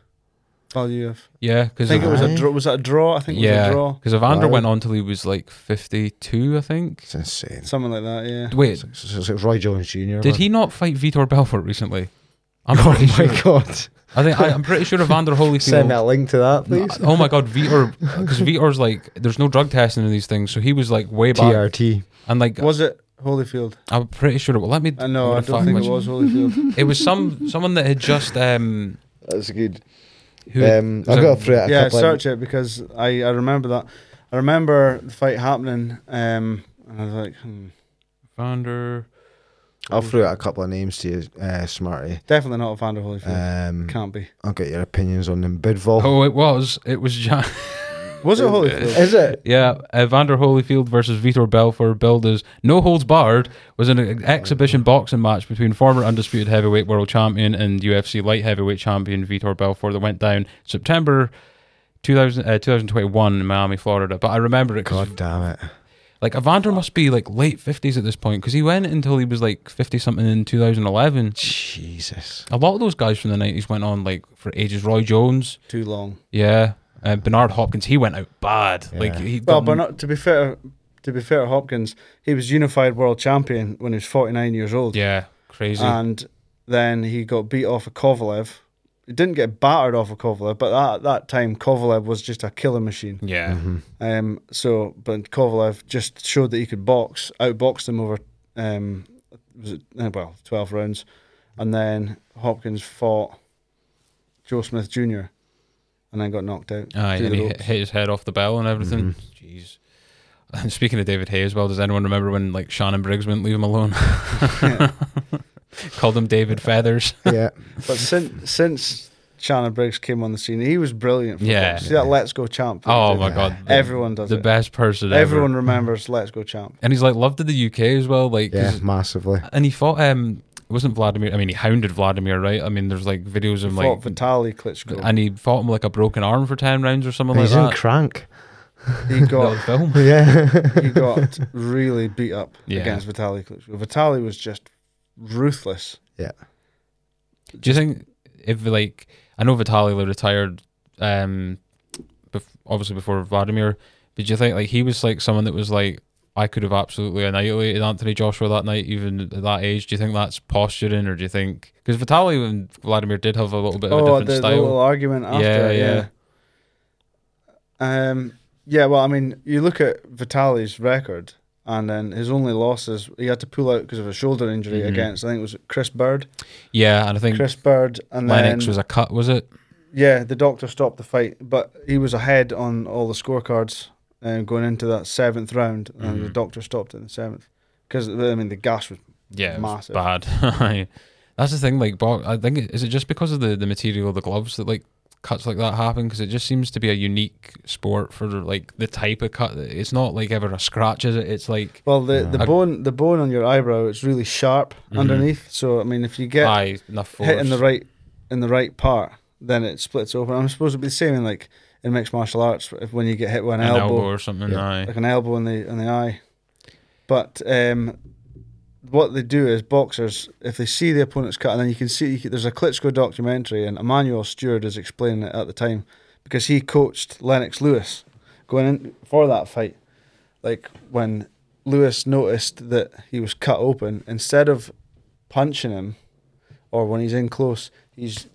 C: Value of
B: yeah.
C: I
B: Because
C: think it was
A: Aye.
C: a draw. Was that a draw? I think it was
B: yeah,
C: a draw.
B: because Evander
A: Wow.
B: went on till he was like fifty two, I think.
A: It's insane.
C: Something like that. Yeah.
B: Wait,
A: It's, it's- it's like Roy Jones Jr.
B: did
A: man.
B: he not fight Vitor Belfort recently?
C: [laughs]
B: I'm
A: [laughs] oh
B: pretty
A: my
B: sure. [laughs]
A: god!
B: I think I, I'm pretty sure Evander
A: Send
B: Holyfield.
A: that link to that, please.
B: Oh my God, Vitor, because Vitor's like, there's no drug testing in these things, so he was like way back,
A: TRT.
B: and like
C: Was it Holyfield?
B: I'm pretty sure. Well, let me.
C: I know.
B: I'm
C: I
B: gonna
C: don't
B: fact
C: think it
B: check. [laughs]
C: was Holyfield.
B: It was some someone that had just um
A: That's good.
B: who
A: um,
B: was
A: I
B: it-
A: got through it. A
C: yeah,
A: couple of-
C: search it because I I remember that. I remember the fight happening. Um, and I was like, hmm,
B: Vander.
A: I'll throw out a couple of names to you, uh, Smarty.
C: definitely not Evander Holyfield.
A: Um,
C: Can't be.
A: I'll get your opinions on them. Bidvol.
B: Oh, it was. It was John.
C: Was it
A: uh,
C: Holyfield?
A: Is it?
B: Yeah, Evander Holyfield versus Vitor Belfort, billed as No Holds Barred, was an
A: Oh,
B: ex- exhibition boxing match between former undisputed heavyweight world champion and UFC light heavyweight champion Vitor Belfort that went down September 2000, uh, 2021 in Miami, Florida. But I remember it 'cause
A: God damn it.
B: Like Evander must be like late fifties at this point because he went until he was like fifty something in two thousand eleven.
A: Jesus.
B: A lot of those guys from the nineties went on like for ages. Roy Jones,
C: Too long.
B: yeah, uh, Bernard Hopkins, he went out bad.
A: Yeah.
B: Like he
C: Well,
B: done-
C: but not to be fair. To be fair, Hopkins, he was unified world champion when he was 49 years old.
B: yeah, crazy.
C: and then he got beat off of Kovalev. He didn't get battered off of Kovalev, but that, at that time Kovalev was just a killer machine.
B: yeah,
A: Mm-hmm. [laughs]
C: Um, so, but Kovalev just showed that he could box, outboxed him over, um, was it eh, well twelve rounds, and then Hopkins fought Joe Smith Jr. and then got knocked
B: Aye,
C: out. through
B: Uh, and
C: the
B: he hit,
C: ropes.
B: hit his head off the bell and everything. Jeez.
C: Mm-hmm.
B: [laughs] And speaking of David Hay as well, does anyone remember when like Shannon Briggs wouldn't leave him
C: [laughs]
B: alone? Called him David Feathers.
A: Yeah.
C: But since since Shannon Briggs came on the scene, he was brilliant. For
B: Yeah.
C: yeah, see that Let's Go Champ. that he
B: Oh
C: did?
B: my god, the,
C: Everyone does
B: the
C: it.
B: best person. ever.
C: Everyone remembers Let's Go Champ.
B: and he's like loved in the UK as well. Like,
A: Yeah,
B: 'cause-
A: massively.
B: and he fought. Um, it wasn't Vladimir. I mean, he hounded Vladimir, right? I mean, there's like videos of him,
C: fought
B: like,
C: Vitali Klitschko.
B: and he fought him with, like a broken arm for ten rounds or something
A: He's
B: like
A: in
B: that.
A: crank.
C: he
B: That [laughs] was
C: got
B: film.
A: [laughs] Yeah. [laughs]
C: he got really beat up
B: Yeah.
C: against Vitali Klitschko. Vitali was just ruthless.
B: Do you think if like I know Vitaly retired, um, bef- obviously before Vladimir, but do you think like he was like someone that was like I could have absolutely annihilated Anthony Joshua that night, even at that age? Do you think that's posturing, or do you think because Vitaly and Vladimir did have a little bit of a
C: Oh,
B: different
C: the, the
B: style?
C: little argument after.
B: Yeah,
C: Yeah,
B: yeah.
C: Um, yeah. Well, I mean, you look at Vitali's record, and then his only losses he had to pull out because of a shoulder injury
B: Mhm.
C: against I think it was Chris Bird.
B: yeah, and I think
C: Chris Bird, and
B: Lennox
C: then
B: was a cut, was it?
C: yeah, the doctor stopped the fight, but he was ahead on all the scorecards um, going into that seventh round, and the
B: Mhm.
C: doctor stopped it in the seventh because I mean the gas was
B: Yeah, it was
C: Massive.
B: bad. [laughs] Aye. That's the thing. Like, bo- I think is it just because of the the material of the gloves that like cuts like that happen? Because it just seems to be a unique sport for like the type of cut. It's not like ever a scratch, is it? It's like
C: well the, the
B: Yeah.
C: bone the bone on your eyebrow is really sharp
B: Mhm.
C: underneath. So I mean if you get
B: aye enough force.
C: hit in the right in the right part, then it splits open. I'm supposed to be the same in like in mixed martial arts if when you get hit with an,
B: an
C: elbow,
B: elbow. or something.
A: Yeah.
B: Aye.
C: like an elbow in the in the eye. But um, what they do is boxers, if they see the opponent's cut, and then you can see you can- there's a Klitschko documentary, and Emmanuel Stewart is explaining it at the time because he coached Lennox Lewis going in for that fight. Like when Lewis noticed that he was cut open, instead of punching him, or when he's in close, he's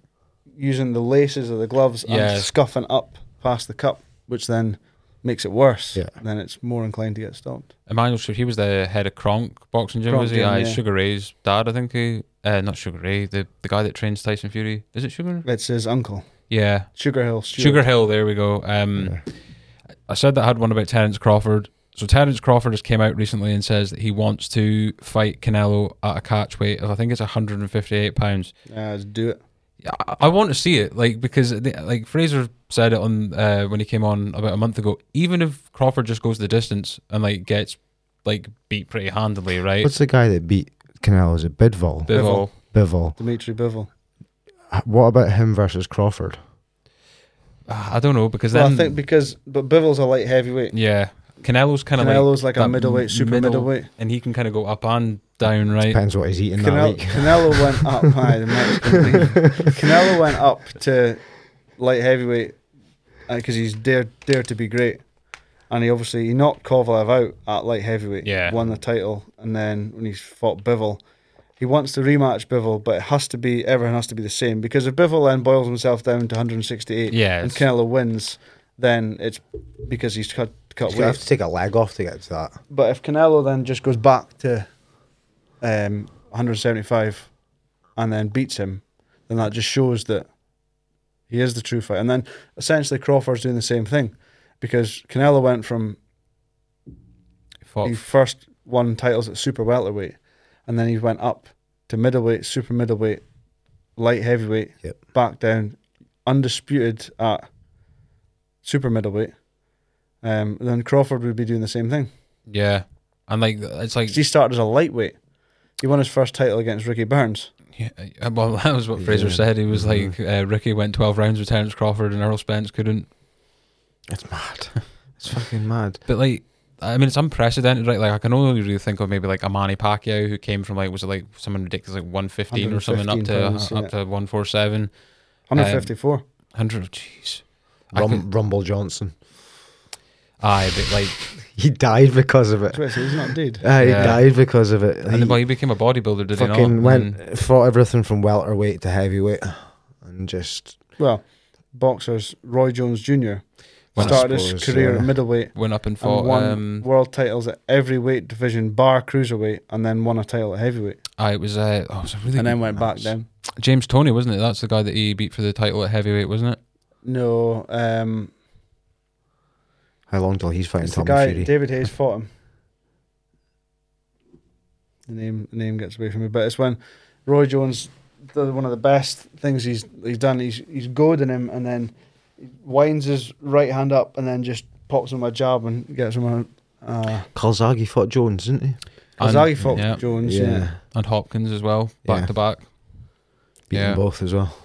C: using the laces of the gloves
B: Yeah.
C: and scuffing up past the cup, which then makes it worse.
A: Yeah.
C: Then it's more inclined to get stopped.
B: Emmanuel Stewart, he was the head of Kronk boxing gym,
C: Kronk
B: was he?
C: gym,
B: aye,
C: yeah.
B: Sugar Ray's dad, I think he. Uh, not Sugar Ray, the the guy that trains Tyson Fury. Is it Sugar?
C: It's his uncle,
B: Yeah,
C: Sugar Hill Stewart.
B: Sugar Hill. There we go. Um, I said that I had one about Terence Crawford. So Terence Crawford has came out recently and says that he wants to fight Canelo at a catch weight of I think it's 158 pounds.
C: Uh, do it.
B: Yeah, I- I want to see it, like because the, like Fraser said it on uh, when he came on about a month ago. Even if Crawford just goes the distance and like gets like beat pretty handily, right?
A: What's the guy that beat Canelo? Is it Bidvol?
B: Bivol.
A: Bivol.
C: Dimitri Bivol.
A: H- What about him versus Crawford?
B: Ah, I don't know because
C: Well,
B: then
C: I think because but Bivol's a light heavyweight.
B: yeah, Canelo's kind of like,
C: Canelo's like,
B: that
C: a middleweight, super
B: middle-
C: middleweight.
B: and he can kind of go up and down, right?
A: Depends what he's eating
C: Canelo,
A: that week. [laughs]
C: Canelo went up high. The Mexican league. Canelo went up to light heavyweight because he's dared dared to be great, and he obviously he knocked Kovalev out at light heavyweight.
B: Yeah.
C: won the title, and then when he's fought Bivol, he wants to rematch Bivol, but it has to be everyone has to be the same because if Bivol then boils himself down to 168
B: Yeah,
C: and
B: it's-
C: Canelo wins, then it's because he's cut cut
A: You have
C: weight.
A: to take a leg off to get to that.
C: But if Canelo then just goes back to um, 175 and then beats him, then that just shows that he is the true fighter. And then essentially Crawford's doing the same thing because Canelo went from
B: Fought
C: he first won titles at super welterweight, and then he went up to middleweight, super middleweight, light heavyweight,
A: Yep.
C: back down, undisputed at super middleweight. Um, then Crawford would be doing the same thing.
B: Yeah, and like it's like
C: 'Cause he started as a lightweight. He won his first title against Ricky Burns.
B: yeah, uh, well [laughs] that was what Fraser
A: Yeah.
B: said. He was like uh, Ricky went twelve rounds with Terence Crawford and Earl Spence couldn't.
A: It's mad. It's fucking mad.
B: But like I mean it's unprecedented, right? Like I can only really think of maybe like a Manny Pacquiao who came from like was it like someone ridiculous like one fifteen or something up to
C: 115 pounds,
B: up to one four seven
C: 154.
B: hundred. Jeez. I
A: Rum,
B: could-
A: Rumble Johnson.
B: Aye, but like,
A: [laughs] He died because of it.
C: That's what I say, he's not dead.
A: Uh, he
B: Yeah.
A: died because of it.
B: and
A: He
B: then, well, he became a bodybuilder, did he not? Mm.
A: fucking
B: And-
A: went fought everything from welterweight to heavyweight, and just
C: Well, boxers Roy Jones Jr.
B: Well, I
C: started his
A: suppose,
C: career
A: yeah.
C: at middleweight
B: went up and
C: and
B: fought.
C: won
B: um,
C: world titles at every weight division bar cruiserweight, and then won a title at heavyweight,
B: aye, it was. Uh, oh, it was a really
C: and then
B: good
C: went back
B: match.
C: down.
B: James Tony, wasn't it? That's the guy that he beat for the title at heavyweight, wasn't it?
C: No, um,
A: how long till he's fighting
C: it's the
A: Tommy
C: guy
A: Fury?
C: David Hayes fought him. The name the name gets away from me, but it's when Roy Jones does one of the best things he's he's done. He's he's goading him, and then he winds his right hand up, and then just pops him a jab and gets him a. Uh,
A: Kalzagi fought Jones, didn't he?
B: And-
C: Kozagi fought
B: yeah.
C: Jones. Yeah.
B: and Hopkins as well, back
A: Yeah.
B: to back.
A: beating
B: Yeah.
A: both as well.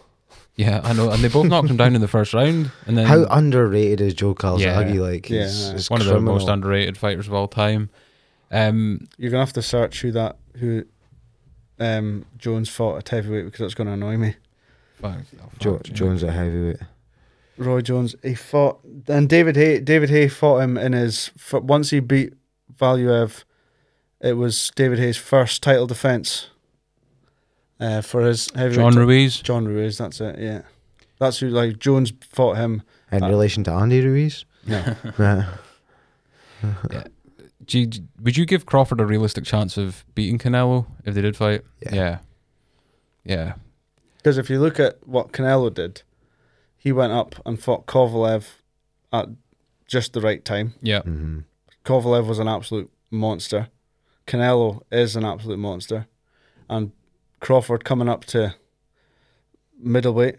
B: Yeah, I know, and they both knocked him down in the first round, and then
A: How underrated is Joe Kalzagi?
B: Um, Yeah.
A: Like,
C: Yeah,
A: it's,
C: no,
A: it's
B: one of the
A: criminal.
B: most underrated fighters of all time. Um,
C: You're gonna have to search who that who um, Jones fought at heavyweight because that's gonna annoy me.
B: fuck, oh, fuck,
A: Jo-
B: yeah.
A: Jones at heavyweight.
C: Roy Jones. He fought and David Hay. David Hay fought him in his f- once he beat Valuev. It was David Hay's first title defense uh, for his heavyweight.
B: John
C: ti-
B: Ruiz.
C: John Ruiz. That's it. Yeah, that's who. Like Jones fought
B: [laughs]
C: him.
A: In
C: Uh,
A: relation to Andy Ruiz,
C: No,
A: yeah.
B: Do you- do- would you give Crawford a realistic chance of beating Canelo if they did fight?
A: Yeah.
B: yeah, yeah.
C: because if you look at what Canelo did, He went up and fought Kovalev at just the right time.
B: Yeah.
A: hmm
C: Kovalev was an absolute monster. Canelo is an absolute monster. And Crawford coming up to middleweight.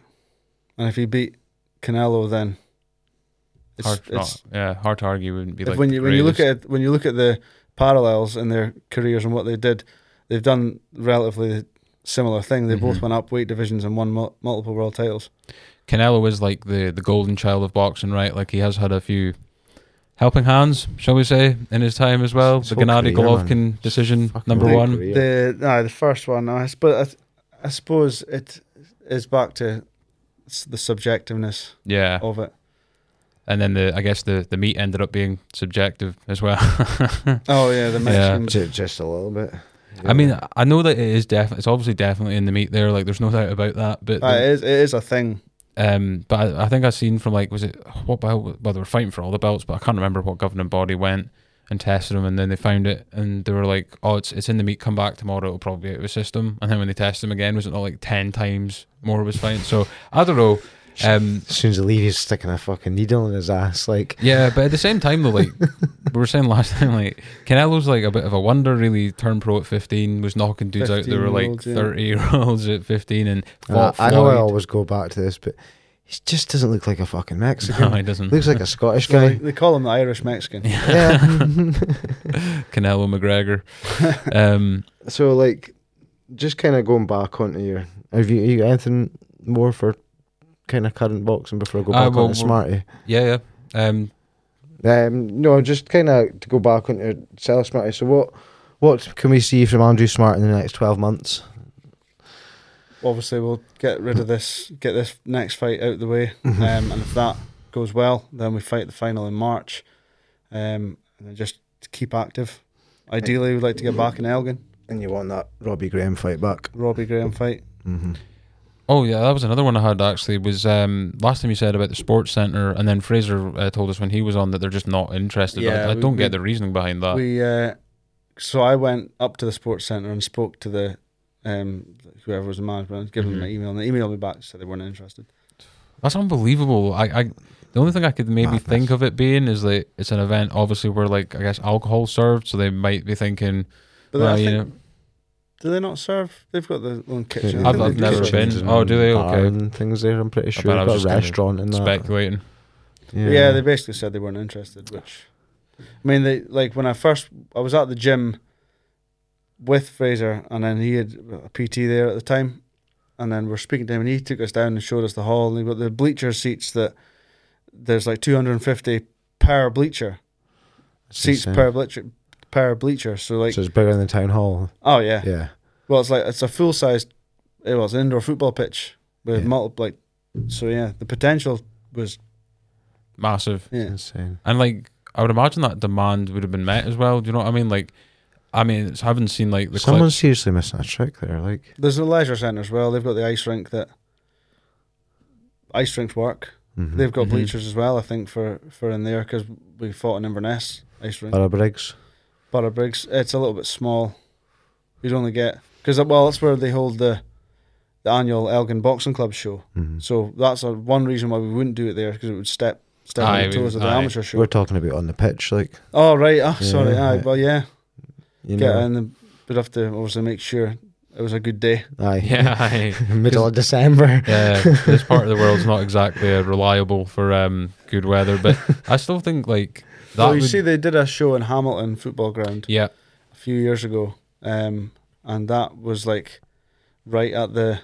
C: And if he beat Canelo, then it's,
B: Hard,
C: it's
B: not, yeah, hard to argue wouldn't be
C: if
B: like
C: when
B: the
C: you when you look
B: greatest.
C: at it, when you look at the parallels in their careers and what they did, they've done relatively similar thing. They both
B: Mhm.
C: went up weight divisions and won mul- multiple world titles.
B: Canelo is like the the golden child of boxing, right? Like he has had a few helping hands, shall we say, in his time as well.
A: His
B: the
A: whole
B: Gennady
A: career,
B: Golovkin
A: man.
B: decision
A: Fucking
B: number
A: whole
B: one.
A: career.
C: The no, the first one, I suppose, I, I suppose it is back to s- the subjectiveness
B: Yeah,
C: [laughs] of it.
B: and then the I guess the the meat ended up being subjective as well. [laughs]
C: Oh yeah, the Mexican.
A: Ju- just a little bit.
B: I mean, I know that it is def. It's obviously definitely in the meat there. Like, there's no doubt about that. But
C: Ah,
B: the-
C: it is it is a thing.
B: Um, but I, I think I seen from like was it what belt? Well, they were fighting for all the belts, but I can't remember what governing body went and tested them, and then they found it, and they were like, "Oh, it's it's in the meat. Come back tomorrow. It'll probably be out of the system." And then when they tested him again, was it not like ten times more was found? So I don't know. Um,
A: as soon as they leave, he's sticking a fucking needle in his ass. Like,
B: yeah, but at the same time though, like we were saying last time, like Canelo's like a bit of a wonder. Really, turned pro at fifteen, was knocking dudes out. They were like
C: 15-year-olds, yeah.
B: thirty year olds at fifteen, and
A: I,
B: fought
A: Uh, I know I
B: Floyd.
A: always go back to this, but he just doesn't look like a fucking Mexican.
B: [laughs] No, he doesn't. [laughs]
A: looks like a Scottish
C: So
A: guy.
C: they, they call him the Irish
B: [laughs]
C: Mexican.
A: yeah. [laughs]
B: Canelo McGregor. Um,
A: so, like, just kind of going back onto your. Have you, you got anything more for kind of current boxing before I go
B: Ah,
A: back
B: well,
A: on to
B: we're-
A: Smarty?
B: yeah, yeah. Um,
A: Um, no, just kind of to go back onto Sell Smarty. So, what what can we see from Andrew Smart in the next 12 months?
C: obviously we'll get rid of this get this next fight out the way um, and if that goes well then we fight the final in march um, and then just to keep active ideally we'd like to get back in elgin
A: And you want that Robbie Graham fight back.
C: robbie graham fight
A: Mm-hmm.
B: oh yeah, that was another one I had actually. Was um, last time you said about the sports center, and then Fraser uh, told us when he was on that they're just not interested. I,
C: Yeah,
B: I
C: we-
B: don't
C: we-
B: get the reasoning behind that.
C: we uh, so i went up to the sports center and spoke to the um, whoever was the management and gave them
B: Mhm.
C: my email and they emailed me back said they weren't interested
B: That's unbelievable. I, I, the only thing I could maybe
A: Madness.
B: think of it being is that it's an event, obviously where like I guess alcohol served, so they might be thinking,
C: but then
B: well,
C: I
B: you
C: think,
B: know,
C: do they not serve they've got their own kitchen
B: I've-
C: They
B: I've
C: do
B: never
C: kitchens.
B: been. Oh, do they? Okay.
A: And things there, I'm pretty sure.
B: bet I was
A: Got a
B: just gonna
A: restaurant in that.
B: speculating.
C: Yeah. they basically said they weren't interested, which I mean they like when I first I was at the gym with Fraser and then he had a PT there at the time and then we're speaking to him and he took us down and showed us the hall and they've got the bleacher seats that there's like two hundred and fifty per bleacher.
A: That's
C: seats
A: insane.
C: per bleacher per bleacher. So like
A: So it's bigger than the town hall.
C: oh yeah.
A: Yeah.
C: Well it's like it's a full sized it was an indoor football pitch with
A: Yeah.
C: multiple like so yeah, the potential was
B: Massive.
C: yeah.
A: Insane.
B: And like I would imagine that demand would have been met as well. Do you know what I mean? Like, I mean, it's, I haven't seen like the clips. [laughs]
A: Someone's seriously missing a trick there. Like,
C: There's a leisure centre as well. They've got the ice rink that ice rinks work.
A: mhm.
C: They've got
B: Mhm.
C: bleachers as well. I think for for in there because we fought in Inverness ice rink.
A: Barra Briggs.
C: Barra Briggs. It's a little bit small. You'd only get because well, that's where they hold the the annual Elgin Boxing Club show.
A: Mhm.
C: So that's a, one reason why we wouldn't do it there because it would step step
B: Aye,
C: on the
B: we-
C: toes of the
B: aye.
C: amateur show.
A: We're talking about on the pitch, like
C: oh right. Oh sorry.
A: Yeah,
C: Aye.
A: yeah.
C: Well yeah.
A: you
C: get
A: know,
C: in. The, we'd have to obviously make sure it was a good day.
A: aye,
B: yeah, aye.
A: [laughs] middle of December.
B: yeah, this part of the world's not exactly uh, reliable for um, good weather,
C: [laughs]
B: but I still think like that.
C: well, you
B: would-
C: see, they did a show in Hamilton football ground.
B: yeah,
C: a few years ago, um, and that was like right at the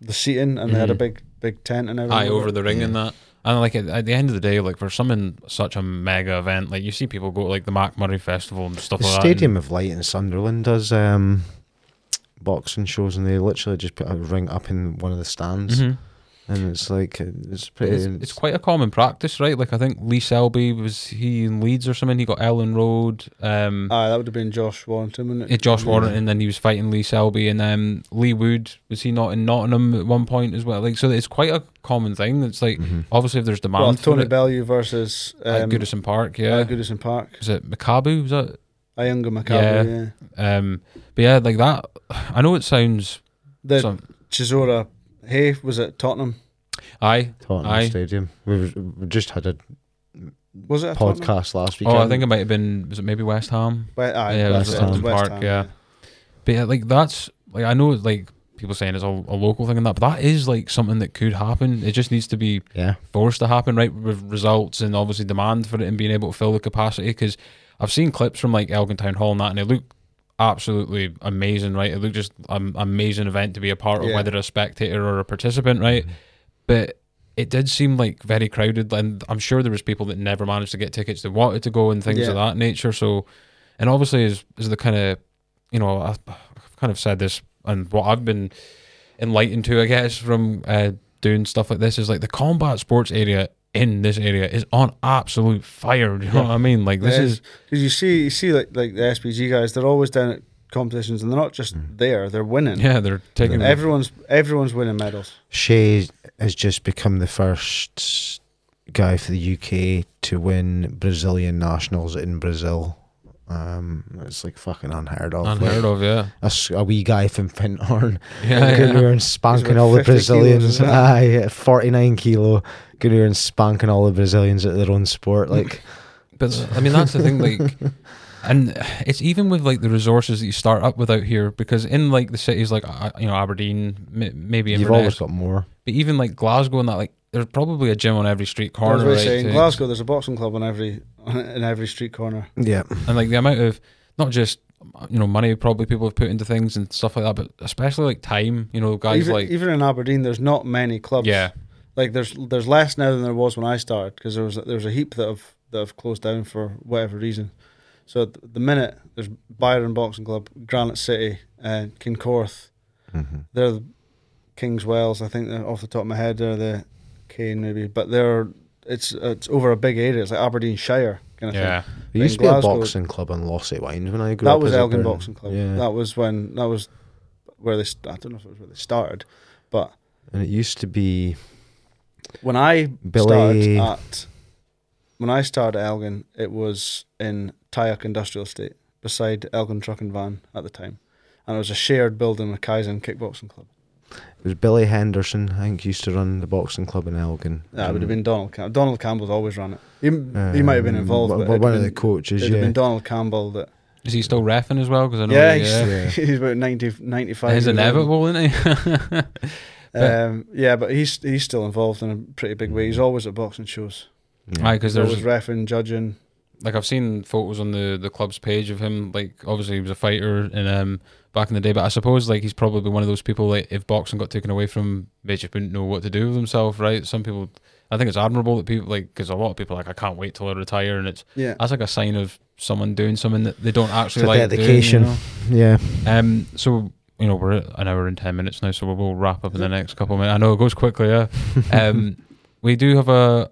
C: the seating, and they had a
B: Mhm.
C: big big tent and everything.
B: eye over the ring and that. And like at, at the end of the day, like for something such a mega event, like you see people go to, like the Mac Murray Festival and stuff
A: The
B: like
A: Stadium of Light in Sunderland does um, boxing shows, and they literally just put a ring up in one of the
B: that.
A: stands,
B: And- Mhm.
A: and it's like it's pretty.
B: It's, it's quite a common practice, right? Like I think Lee Selby was he in Leeds or something. He got Ellen Road. Um,
C: Aye, that would have been Josh Warrington, wouldn't
B: Yeah,
C: it?
B: Josh Warren, and then he was fighting Lee Selby, and um, Lee Wood was he not in Nottingham at one point as well? Like, so it's quite a common thing. It's like
A: Mhm.
B: obviously if there's demand
C: Well,
B: for
C: Tony
B: it,
C: Bellew versus
B: at
C: um,
B: Goodison Park,
C: yeah.
B: yeah.
C: Goodison Park,
B: Is it Makabu? Was that?
C: Iunga
B: Yeah.
C: Macabre, yeah.
B: Um, but yeah, like [sighs] that. I know it sounds.
C: The
B: some-
C: Chisora Hay was at Tottenham.
B: Aye.
A: Tottenham
B: Aye.
A: Stadium. We, was, we just had a
C: Was it a Tottenham?
A: podcast last week.
B: Oh, I think it might have been. Was it maybe West Ham?
C: But, aye,
B: Yeah, it
A: was
C: West,
A: at
C: Ham,
A: Hampden
C: West
B: Park,
C: Ham,
B: yeah. But yeah, like that's like I know like people saying it's a, a local thing and that, but that is like something that could happen. It just needs to be
A: yeah,
B: forced to happen, right? With results and obviously demand for it and being able to fill the capacity. Because I've seen clips from like Elgin Town Hall and that, and it looked absolutely amazing, right? It looked just an amazing event to be a part of,
C: Yeah. Mm-hmm.
B: whether a spectator or a participant, right? But it did seem like very crowded, and I'm sure there was people that never managed to get tickets that wanted to go and things
C: Yeah.
B: of that nature. So, and obviously, is is the kind of you know I've, I've kind of said this and what I've been enlightened to, I guess, from uh, doing stuff like this is like the combat sports area in this area is on absolute fire. [laughs] You know what I mean? Like this
C: It
B: is,
C: is. Because you see, you see, like like the SPG guys, they're always down at competitions, and they're not just there; they're winning.
B: yeah, they're taking
A: Yeah.
C: Everyone's everyone's winning medals.
A: Shea has just become the first guy for the UK to win Brazilian nationals in Brazil. Um, it's like fucking unheard of.
B: unheard of.
A: [laughs]
B: Yeah,
A: A, s- a wee guy from Fintorn
B: [laughs] yeah,
A: going [laughs]
B: yeah.
A: around spanking
C: about
A: all the
C: 50 kilos,
A: Brazilians.
C: isn't it?
A: Aye, forty nine kilo, going around spanking all the Brazilians at their own
B: Mm.
A: sport. Like,
B: But I mean, that's the thing. Like, and it's even with like the resources that you start up with out here, because in like the cities like uh, you know Aberdeen, m- maybe
A: you've
B: Inverness,
A: always got more.
B: but even like Glasgow and that, like there's probably a gym on every street
C: I was
B: corner.
C: gonna
B: Right,
C: say, in
B: to-
C: Glasgow, there's a boxing club on every [laughs] in every street corner.
A: Yeah,
B: and like the amount of not just you know money probably people have put into things and stuff like that, but especially like time. You know, guys
C: even,
B: like
C: even in Aberdeen, there's not many clubs.
B: yeah,
C: like there's there's less now than there was when I started because there was there was a heap that have that have closed down for whatever reason. So at the minute there's Byron Boxing Club, Granite City, uh, Kincorth.
A: Mm-hmm.
C: They're the Kings Wells, I think. They're off the top of my head, they're the Kane maybe, but they're it's it's over a big area. It's like Aberdeen Shire kind of
B: yeah.
A: there used to be
C: In
A: a
C: Glasgow-
A: boxing club in Lossy Wines when I
C: thing.
A: grew
C: That
A: up.
C: was
A: as a
C: Elgin
A: bairn.
C: Boxing Club.
A: Yeah,
C: That was when that was where they. St- I don't know if it was where they started, but
A: and it used to be
C: when I
A: Billy-
C: started at when I started at Elgin, it was in Tyack Industrial Estate beside Elgin Truck and Van at the time, and it was a shared building with Kaizen Kickboxing Club.
A: It was Billy Henderson, I think, used to run the boxing club in Elgin.
C: That would have
A: And,
C: been Donald. Cam- Donald Campbell's always run it. He, he might have been
A: um,
C: involved,
A: wa-
C: but
A: wa-
C: it'd
A: one
C: have
A: of the
C: been,
A: coaches,
C: it'd
A: yeah.
C: have been Donald Campbell that.
B: Is he still refing as well? Because I know
C: Yeah,
B: he-
C: he's,
B: yeah.
A: yeah.
C: [laughs] he's about 90, 95.
B: It's
C: years old.
B: inevitable, isn't [laughs] it?
C: Um, yeah, but he's he's still involved in a pretty big way. He's
B: Mm.
C: always at boxing shows.
A: Yeah.
B: Aye, because
C: He's
B: there's
C: always refing, judging.
B: like I've seen photos on the the club's page of him. Like obviously he was a fighter and um back in the day, but I suppose like he's probably one of those people like if boxing got taken away from, they just wouldn't know what to do with themselves, right? Some people, I think it's admirable that people like because a lot of people are like I can't wait till I retire, and it's
C: Yeah.
B: that's like a sign of someone doing something that they don't actually
A: It's a
B: like doing, you
A: dedication.
B: know?
A: yeah.
B: Um, so you know we're at an hour and ten minutes now, so we'll, we'll wrap up in the next couple of minutes. I know it goes quickly.
A: [laughs]
B: Yeah. Um, we do have a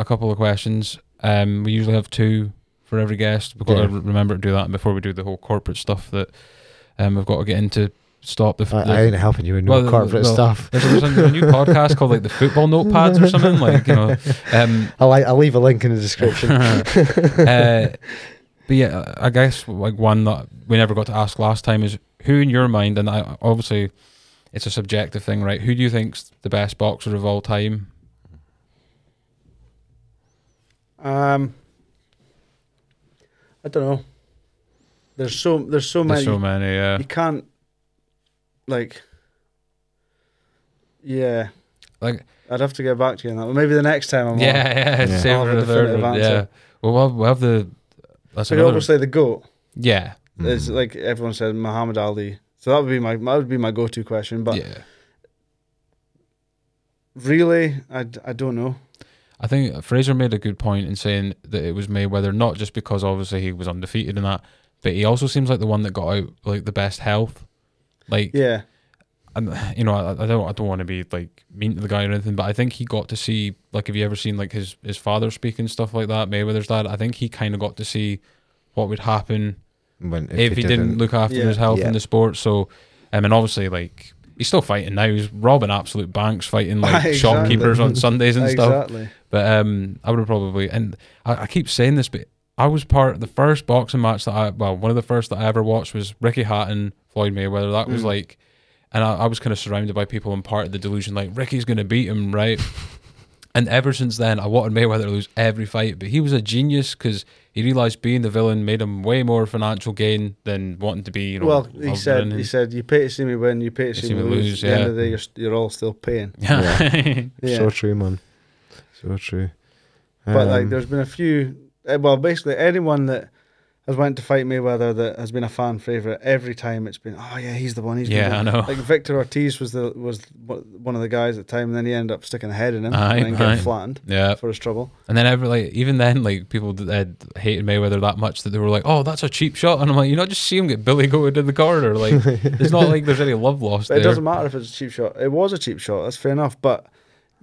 B: a couple of questions. Um, we usually have two for every guest. We've got
A: Yeah.
B: to re- remember to do that before we do the whole corporate stuff that um we've got to get into. Stop the. f-
A: I,
B: the
A: I ain't helping you with no
B: Well, the-
A: corporate
B: well,
A: stuff.
B: there's, a, there's a
A: [laughs]
B: new podcast called like the football notepads or something like you know. Um,
A: I'll, li- I'll leave a link in
B: [laughs]
A: the description.
B: uh, but yeah, I guess like one that we never got to ask last time is who in your mind, and I, obviously it's a subjective thing, right? Who do you think's the best boxer of all time?
C: Um, I don't know. There's so there's so many.
B: There's so many. Yeah,
C: you can't like. Yeah,
B: like
C: I'd have to get back to you on that. Well, maybe the next time I'm
B: [laughs]
C: on.
B: yeah, yeah.
A: Yeah.
B: Same
C: I'll have
B: for
C: a
B: the third
C: definitive
B: one. Yeah.
C: answer.
B: Well, we'll have, we'll have the. That's
C: Like
B: another. Mm.
C: obviously the goat
B: Yeah.
A: Mm.
C: is like everyone said Muhammad Ali. So that would be my that would be my go to question. But
B: yeah.
C: really, I, d- I don't know.
B: I think Fraser made a good point in saying that it was Mayweather not just because obviously he was undefeated and that, but he also seems like the one that got out like the best health. Like
C: Yeah,
B: and you know, I, I don't, I don't want to be like mean to the guy or anything, but I think he got to see, like, have you ever seen like his his father speak and stuff like that, Mayweather's dad? I think he kind of got to see what would happen
A: When-
B: if, he didn't, look after
C: Yeah.
B: his health
A: Yeah.
B: in the sport. So, I mean, obviously, like he's still fighting now. He's robbing absolute banks, fighting like
C: [laughs] Exactly.
B: shopkeepers on Sundays
C: [laughs]
B: and stuff.
C: exactly.
B: But um, I would have probably, and I, I keep saying this, but I was part of the first boxing match that I, well, one of the first that I ever watched was Ricky Hatton, Floyd Mayweather. That was
C: Mm.
B: like, And I, I was kind of surrounded by people and part of the delusion, like Ricky's going to beat him,
C: [laughs]
B: right? and ever since then, I wanted Mayweather to lose every fight. But he was a genius because he realized being the villain made him way more financial gain than wanting to be. You know,
C: well, he
B: loved
C: said
B: and-
C: he said you pay to see me win, you pay to see me lose. At the
B: yeah.
C: end of the day, you're, s- you're all still paying.
B: [laughs] yeah.
C: Yeah.
A: So true, man. So true.
C: But like,
A: Um,
C: there's been a few. eh, Well, basically, anyone that has went to fight Mayweather that has been a fan favorite every time it's been, oh yeah, he's the one. He's the
B: Yeah,
C: one."
B: I know.
C: Like Victor Ortiz was the was one of the guys at the time, and then he ended up sticking a head in him
B: Aye,
C: and then
B: aye.
C: getting flattened
B: [laughs] yeah.
C: for his trouble.
B: And then every like even then like people d- had hated Mayweather that much that they were like, oh, that's a cheap shot, and I'm like, you not just see him get Billy goated in the corner.
C: [laughs]
B: Like
A: [laughs]
B: it's not like there's any love lost
C: But
B: there.
C: it doesn't matter if it's a cheap shot. It was a cheap shot. That's fair enough. But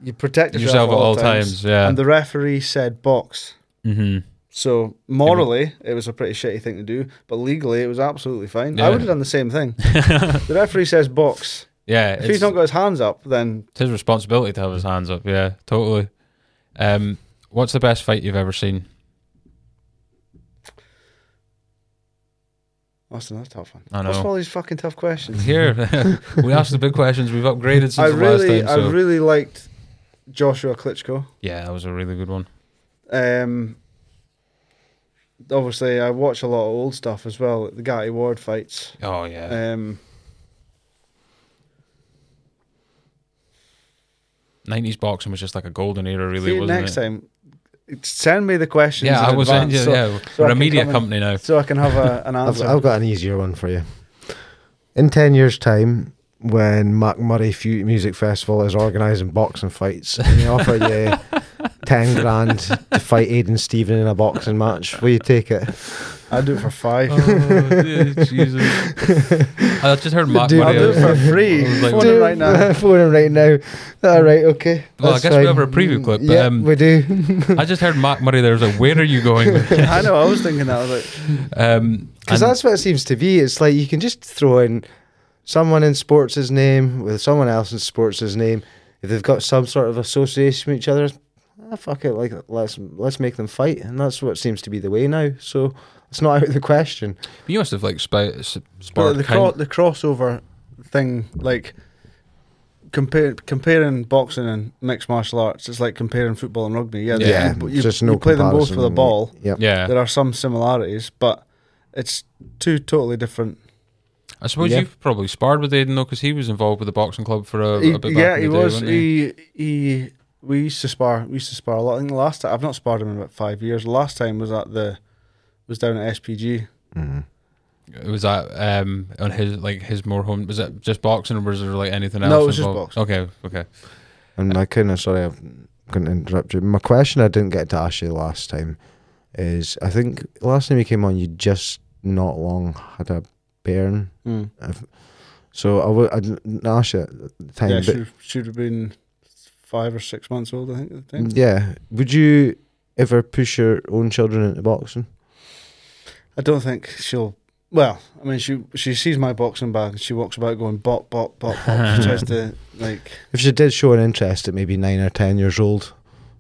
C: you protect yourself,
B: Yourself at all times, yeah.
C: And the referee said box.
B: hmm
C: So morally, it was a pretty shitty thing to do, but legally, it was absolutely fine.
B: Yeah.
C: I would have done the same thing. [laughs] the referee says box.
B: [laughs] Yeah,
C: If
B: it's,
C: he's not got his hands up, then
B: it's his responsibility to have his hands up. Yeah, totally. Um, what's the best fight you've ever seen?
C: that's another tough one.
B: I
C: What's with
B: know.
C: all these fucking
B: [laughs]
C: tough questions?
B: Here we asked the big questions. We've upgraded since
C: I
B: the
C: really,
B: last time. So
C: I really liked Joshua Klitschko.
B: yeah, that was a really good one.
C: Um, obviously, I watch a lot of old stuff as well. The Gatti Ward fights.
B: Oh yeah,
C: Um,
B: nineties boxing was just like a golden era, really,
C: see you
B: wasn't
C: next
B: it?
C: time. Send me the questions.
B: Yeah,
C: in
B: I was.
C: advance
B: yeah,
C: so,
B: yeah.
C: so I
B: we're a
C: can
B: media
C: come in-
B: company now.
C: so I can have a,
B: [laughs]
C: an
A: I've,
C: answer.
A: I've got an easier one for you. In 10 years' time, when Mark Murray Fu- Music Festival is organising boxing fights and they offer you [laughs] 10 grand to fight Aiden Stephen in a boxing match, will you take it?
C: I'd do it for five.
B: Oh, dear
A: [laughs]
B: Jesus. I just heard Mark
A: Dude,
C: I'll
B: Murray.
C: do it for free.
B: I was like,
C: Phone him right
A: [laughs]
C: now.
A: Phone him right now. All right, okay.
B: Well, I
A: that's
B: guess we
A: fine.
B: have our preview clip, but,
A: yeah,
B: um,
A: we do.
B: I just heard Mark Murray there. I was like, where are you going?
C: [laughs]
B: with this?
C: I know. I was thinking that. I was like,
B: Um,
A: Because
B: and-
A: that's what it seems to be. It's like you can just throw in someone in sports' name with someone else in sports' name. If they've got some sort of association with each other, ah, fuck it, like let's let's make them fight, and that's what seems to be the way now. So it's not out of the question.
B: you must have like sp- s-
C: but
B: sparked
C: the, cro-
B: count-
C: the crossover thing, like compare, comparing boxing and mixed martial arts, it's like comparing football and rugby. Yeah,
B: Yeah,
C: you, you,
A: just
C: you
A: no
C: play them both
A: comparison,
C: with a
A: mate.
C: ball.
A: Yep.
B: yeah.
C: There are some similarities, but it's two totally different.
B: I suppose
A: Yeah.
B: you've probably sparred with Aiden though, because he was involved with the boxing club for a,
C: He-
B: a bit. back
C: yeah,
B: in
C: he
B: the day,
C: was.
B: wasn't he?
C: He, he we used to spar. We used to spar a lot. I think the last time I've not sparred him in about five years. The last time was at the was down at SPG.
A: Mm.
B: It Was that um on his like his more home? Was it just boxing, or was there like anything else?
C: No, it was just
B: involved? Okay, okay.
A: And I couldn't. Sorry, I'm going to interrupt you. My question I didn't get to ask you last time is: I think last time you came on, you just not long had a bairn.
C: Mm.
A: So I would I didn't ask you at the time.
C: Yeah,
A: but
C: should, should have been five or six months old, I think, at the time.
A: Yeah. Would you ever push your own children into boxing?
C: I don't think she'll. Well, I mean, she she sees my boxing bag and she walks about going bop bop bop bop. she
B: [laughs]
C: tries to like.
A: If she did show an interest at maybe nine or ten years old,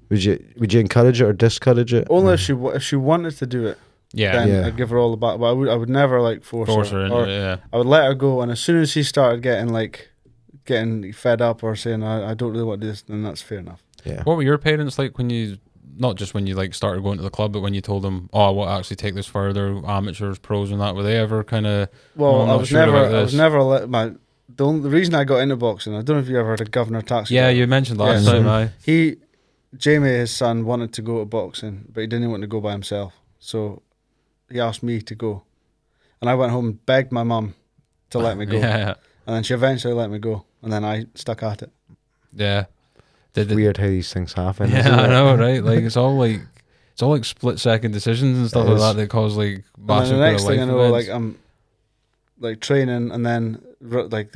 A: would you would you encourage it or discourage it? Mm,
C: Only if she wa- if she wanted to do it,
B: Yeah,
C: then
A: Yeah.
C: I'd give her all the back. But I would I would never like force,
B: force
C: her.
B: her into
C: or
B: it, yeah.
C: I would let her go, and as soon as she started getting like getting fed up or saying I, I don't really want to do this, then that's fair enough.
A: Yeah.
B: What were your parents like when you, not just when you like started going to the club, but when you told them, oh, I want to actually take this further, amateurs, pros, and that? Were they ever kind of No,
C: Well,
B: I'm
C: I
B: not
C: was
B: sure
C: never
B: about
C: I was
B: this.
C: never let my. The, only, the reason I got into boxing, I don't know if you ever heard of Governor Taxi.
B: Yeah,
C: Driver.
B: you mentioned last
A: Yeah.
B: time.
A: Mhm.
B: I
C: He, Jamie, his son, wanted to go to boxing, but he didn't want to go by himself. So he asked me to go. And I went home and begged my mum to let
B: [laughs]
C: me go.
B: Yeah,
C: And then she eventually let me go. And then I stuck at it.
B: yeah. Did
A: It's
B: the,
A: weird how these things happen. isn't
B: yeah, I
A: it?
B: know, right? Like it's all like it's all like split second decisions and stuff
A: It
B: like
A: is.
B: that that cause like
C: And
B: massive
C: then
B: kind
C: the
B: of
C: next thing I
B: life
C: know,
B: events.
C: like I'm like training and then r- like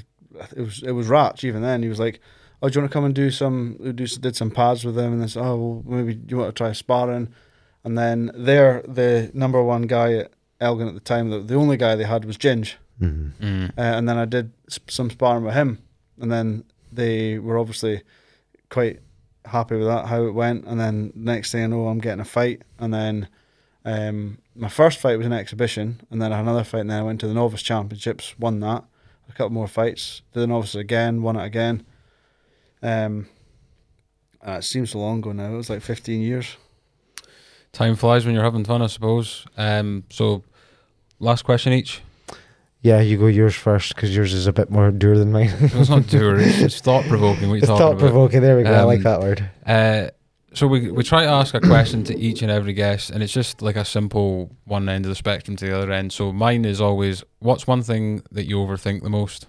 C: it was it was Ratch even then. He was like, Oh, do you want to come and do some we do did some pads with him and then said, Oh well maybe you want to try sparring and then there the number one guy at Elgin at the time, the, the only guy they had was Ginge.
A: Mhm.
B: Mm.
C: uh, and then I did sp- some sparring with him, and then they were obviously quite happy with that how it went, and then next thing I know, I'm getting a fight, and then um, my first fight was an exhibition, and then I had another fight, and then I went to the novice championships, won that. I a couple more fights. Then obviously again, won it again. Um, and it seems so long ago now. It was like 15 years.
B: Time flies when you're having fun, I suppose. Um, so, last question each.
A: Yeah, you go yours first because yours is a bit more dure than mine.
B: Well, it's not doer,
A: [laughs]
B: it's, it's thought provoking. What you
A: It's
B: talking
A: thought
B: about?
A: provoking. There we go. I like
B: Um,
A: that word.
B: Uh, so we we try to ask a question to each and every guest, and it's just like a simple one end of the spectrum to the other end. So mine is always, what's one thing that you overthink the most?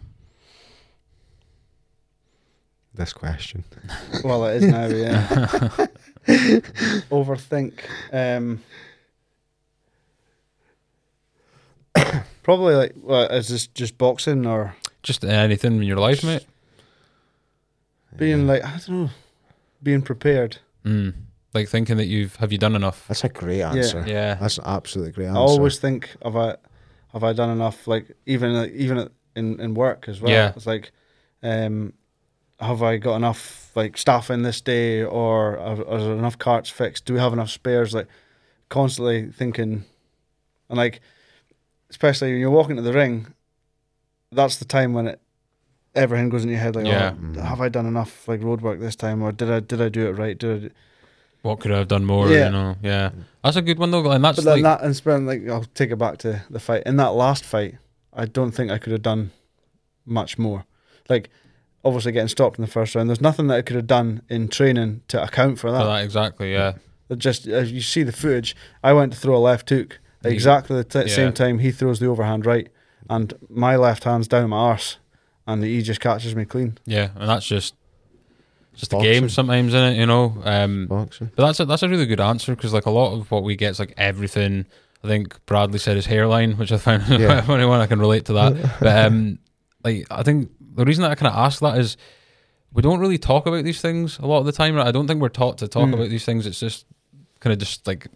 A: This question.
C: Well, it is now, yeah. Overthink. Um, [coughs] probably like, well, is this just boxing or
B: Just anything in your life, mate.
C: being like, I don't know, being prepared?
B: Mm. Like thinking that you've have you done enough?
A: That's a great answer.
B: Yeah,
A: That's an absolutely great answer.
C: I always think have I have I done enough? Like even like, even at- in in work as well.
B: Yeah.
C: It's like, um, have I got enough like staff in this day, or are, are there enough carts fixed? Do we have enough spares? Like constantly thinking, and like especially when you're walking to the ring, that's the time when it everything goes in your head. Like,
B: Yeah.
C: oh, have I done enough like road work this time, or did I did I do it right? Did I do-
B: what could I have done more?
C: Yeah.
B: You know, yeah. That's a good one though, and that's
C: But
B: like
C: then that inspiring, like I'll take it back to the fight. In that last fight, I don't think I could have done much more. Like obviously getting stopped in the first round. There's nothing that I could have done in training to account for
B: for
C: that.
B: that exactly. Yeah,
C: It Just as you see the footage, I went to throw a left hook at
B: He-
C: exactly the t-
B: yeah.
C: same time he throws the overhand right, and my left hand's down my arse, and he just catches me clean.
B: yeah, and that's just just a
A: Boxing.
B: game sometimes in it. You know, um,
A: boxing.
B: But that's a, that's a really good answer because like a lot of what we get is like everything. I think Bradley said his hairline, which I found [laughs]
A: Yeah.
B: a funny one. I can relate to that.
A: [laughs]
B: But um, like I think the reason that I kind of ask that is we don't really talk about these things a lot of the time. Right? I don't think we're taught to talk
C: Mm.
B: about these things. It's just kind of just like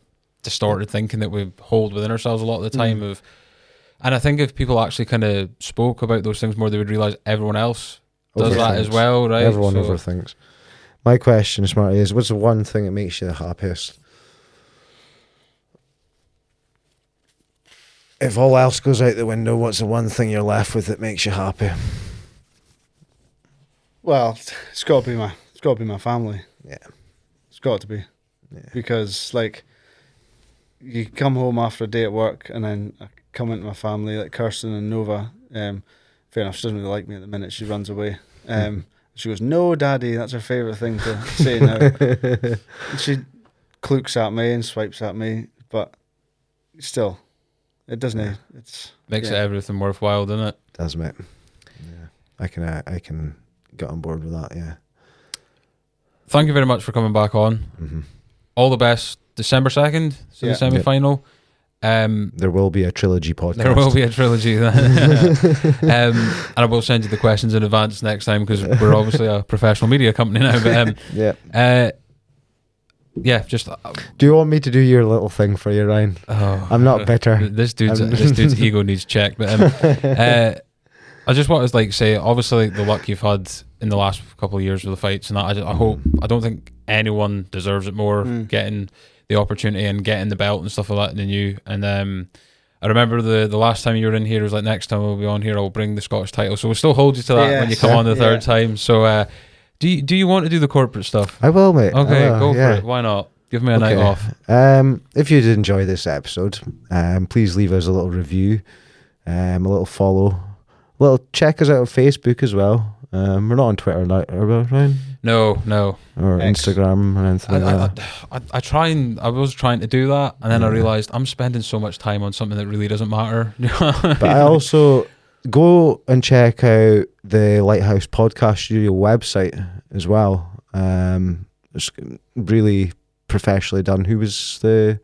B: distorted thinking that we hold within ourselves a lot of the time.
A: Mm.
B: Of and I think if people actually kind of spoke about those things more, they would realize everyone else does that as
A: Overthinks.
B: well, right?
A: Everyone
B: So-
A: overthinks. My question, Smarty, is what's the one thing that makes you the happiest? If all else goes out the window, what's the one thing you're left with that makes you happy?
C: Well, it's got to be my it's got to be my family.
A: Yeah.
C: It's got to be.
A: Yeah.
C: Because like you come home after a day at work and then I come into my family, like Kirsten and Nova, um, fair enough, she doesn't really like me at the minute, she runs away. Um she goes, No daddy, that's her favourite
A: [laughs]
C: thing to say now. And she clucks at me and swipes at me, but still it doesn't
A: Yeah.
C: it's
B: makes
C: Yeah.
B: everything worthwhile, doesn't it?
A: Does mate. Yeah. I can uh, I can get on board with that, yeah.
B: Thank you very much for coming back on.
A: hmm
B: all the best December 2nd, so
C: Yeah.
B: the semi final. Um,
A: There will be a trilogy podcast.
B: there will be a trilogy
A: [laughs]
B: then. [laughs] um, and I will send you the questions in advance next time because we're obviously a professional media company now. But um,
A: Yeah.
B: uh, yeah, just uh,
A: Do you want me to do your little thing for you, Ryan?
B: oh, [laughs]
A: I'm not bitter.
B: This dude's
C: Um,
A: I'm-
B: this
C: [laughs]
B: dude's ego needs checked. But um, uh, I just want to like say, obviously, the luck you've had in the last couple of years with the fights, and that, I, ju- I hope I don't think anyone deserves it more
C: Mm.
B: getting the opportunity and getting the belt and stuff like that than you. And um, I remember the the last time you were in here was like next time we'll be on here, I'll bring the Scottish title. So we'll still hold you to that when you
C: Yes.
B: come on the
C: Yeah.
B: third time. So uh, do you, do you want to do the corporate stuff?
A: I will,
C: Oh,
A: mate. I
B: Okay,
A: will,
B: go
A: yeah.
B: for it. Why not? Give me a night
A: Okay.
B: off.
A: Um, if you did enjoy this episode, um, please leave us a little review, um, a little follow, a little check us out on Facebook as well. Um, we're not on Twitter now, are we, Ryan?
B: No, no.
A: Or
C: X.
A: Instagram or anything
B: I,
A: like
B: I,
A: that.
B: I, I try and I was trying to do that, and then I
A: Yeah.
B: realized I'm spending so much time on something that really doesn't matter. [laughs]
A: But I also go and check out the Lighthouse Podcast Studio website as well. Um, it's really professionally done. Who was the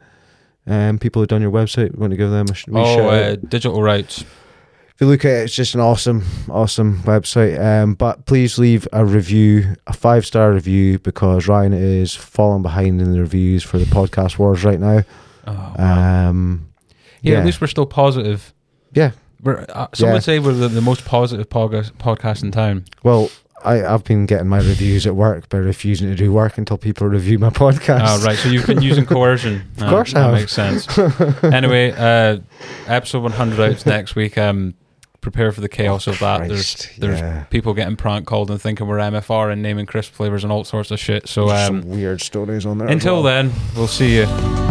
A: um, people who done your website? Want to give them a sh- wee
B: oh,
A: shout out?
B: uh, digital rights.
A: if you look at it, it's just an awesome, awesome website. Um, but please leave a review, a five star review, because Ryan is falling behind in the reviews for the podcast wars right now.
B: Oh, wow.
A: Um,
B: yeah,
A: yeah.
B: at least we're still positive.
A: Yeah.
B: We're, uh, some
A: Yeah.
B: would say we're the, the most positive podcast, podcast in
A: [laughs]
B: town.
A: well, I, I've been getting my reviews at work by refusing to do work until people review my podcast.
B: Oh, right. So you've been using coercion.
A: [laughs]
B: Ah,
A: Of course
B: that
A: I have. [laughs]
B: makes sense. anyway, uh, episode 100 out next week. Um, prepare for the chaos of that. There's
A: Oh, Christ,
B: there's
A: yeah.
B: people getting prank called and thinking we're MFR and naming crisp flavors and all sorts of shit. So
A: There's
B: um,
A: some weird stories on there. as
B: until
A: well.
B: then, we'll see you.
A: then,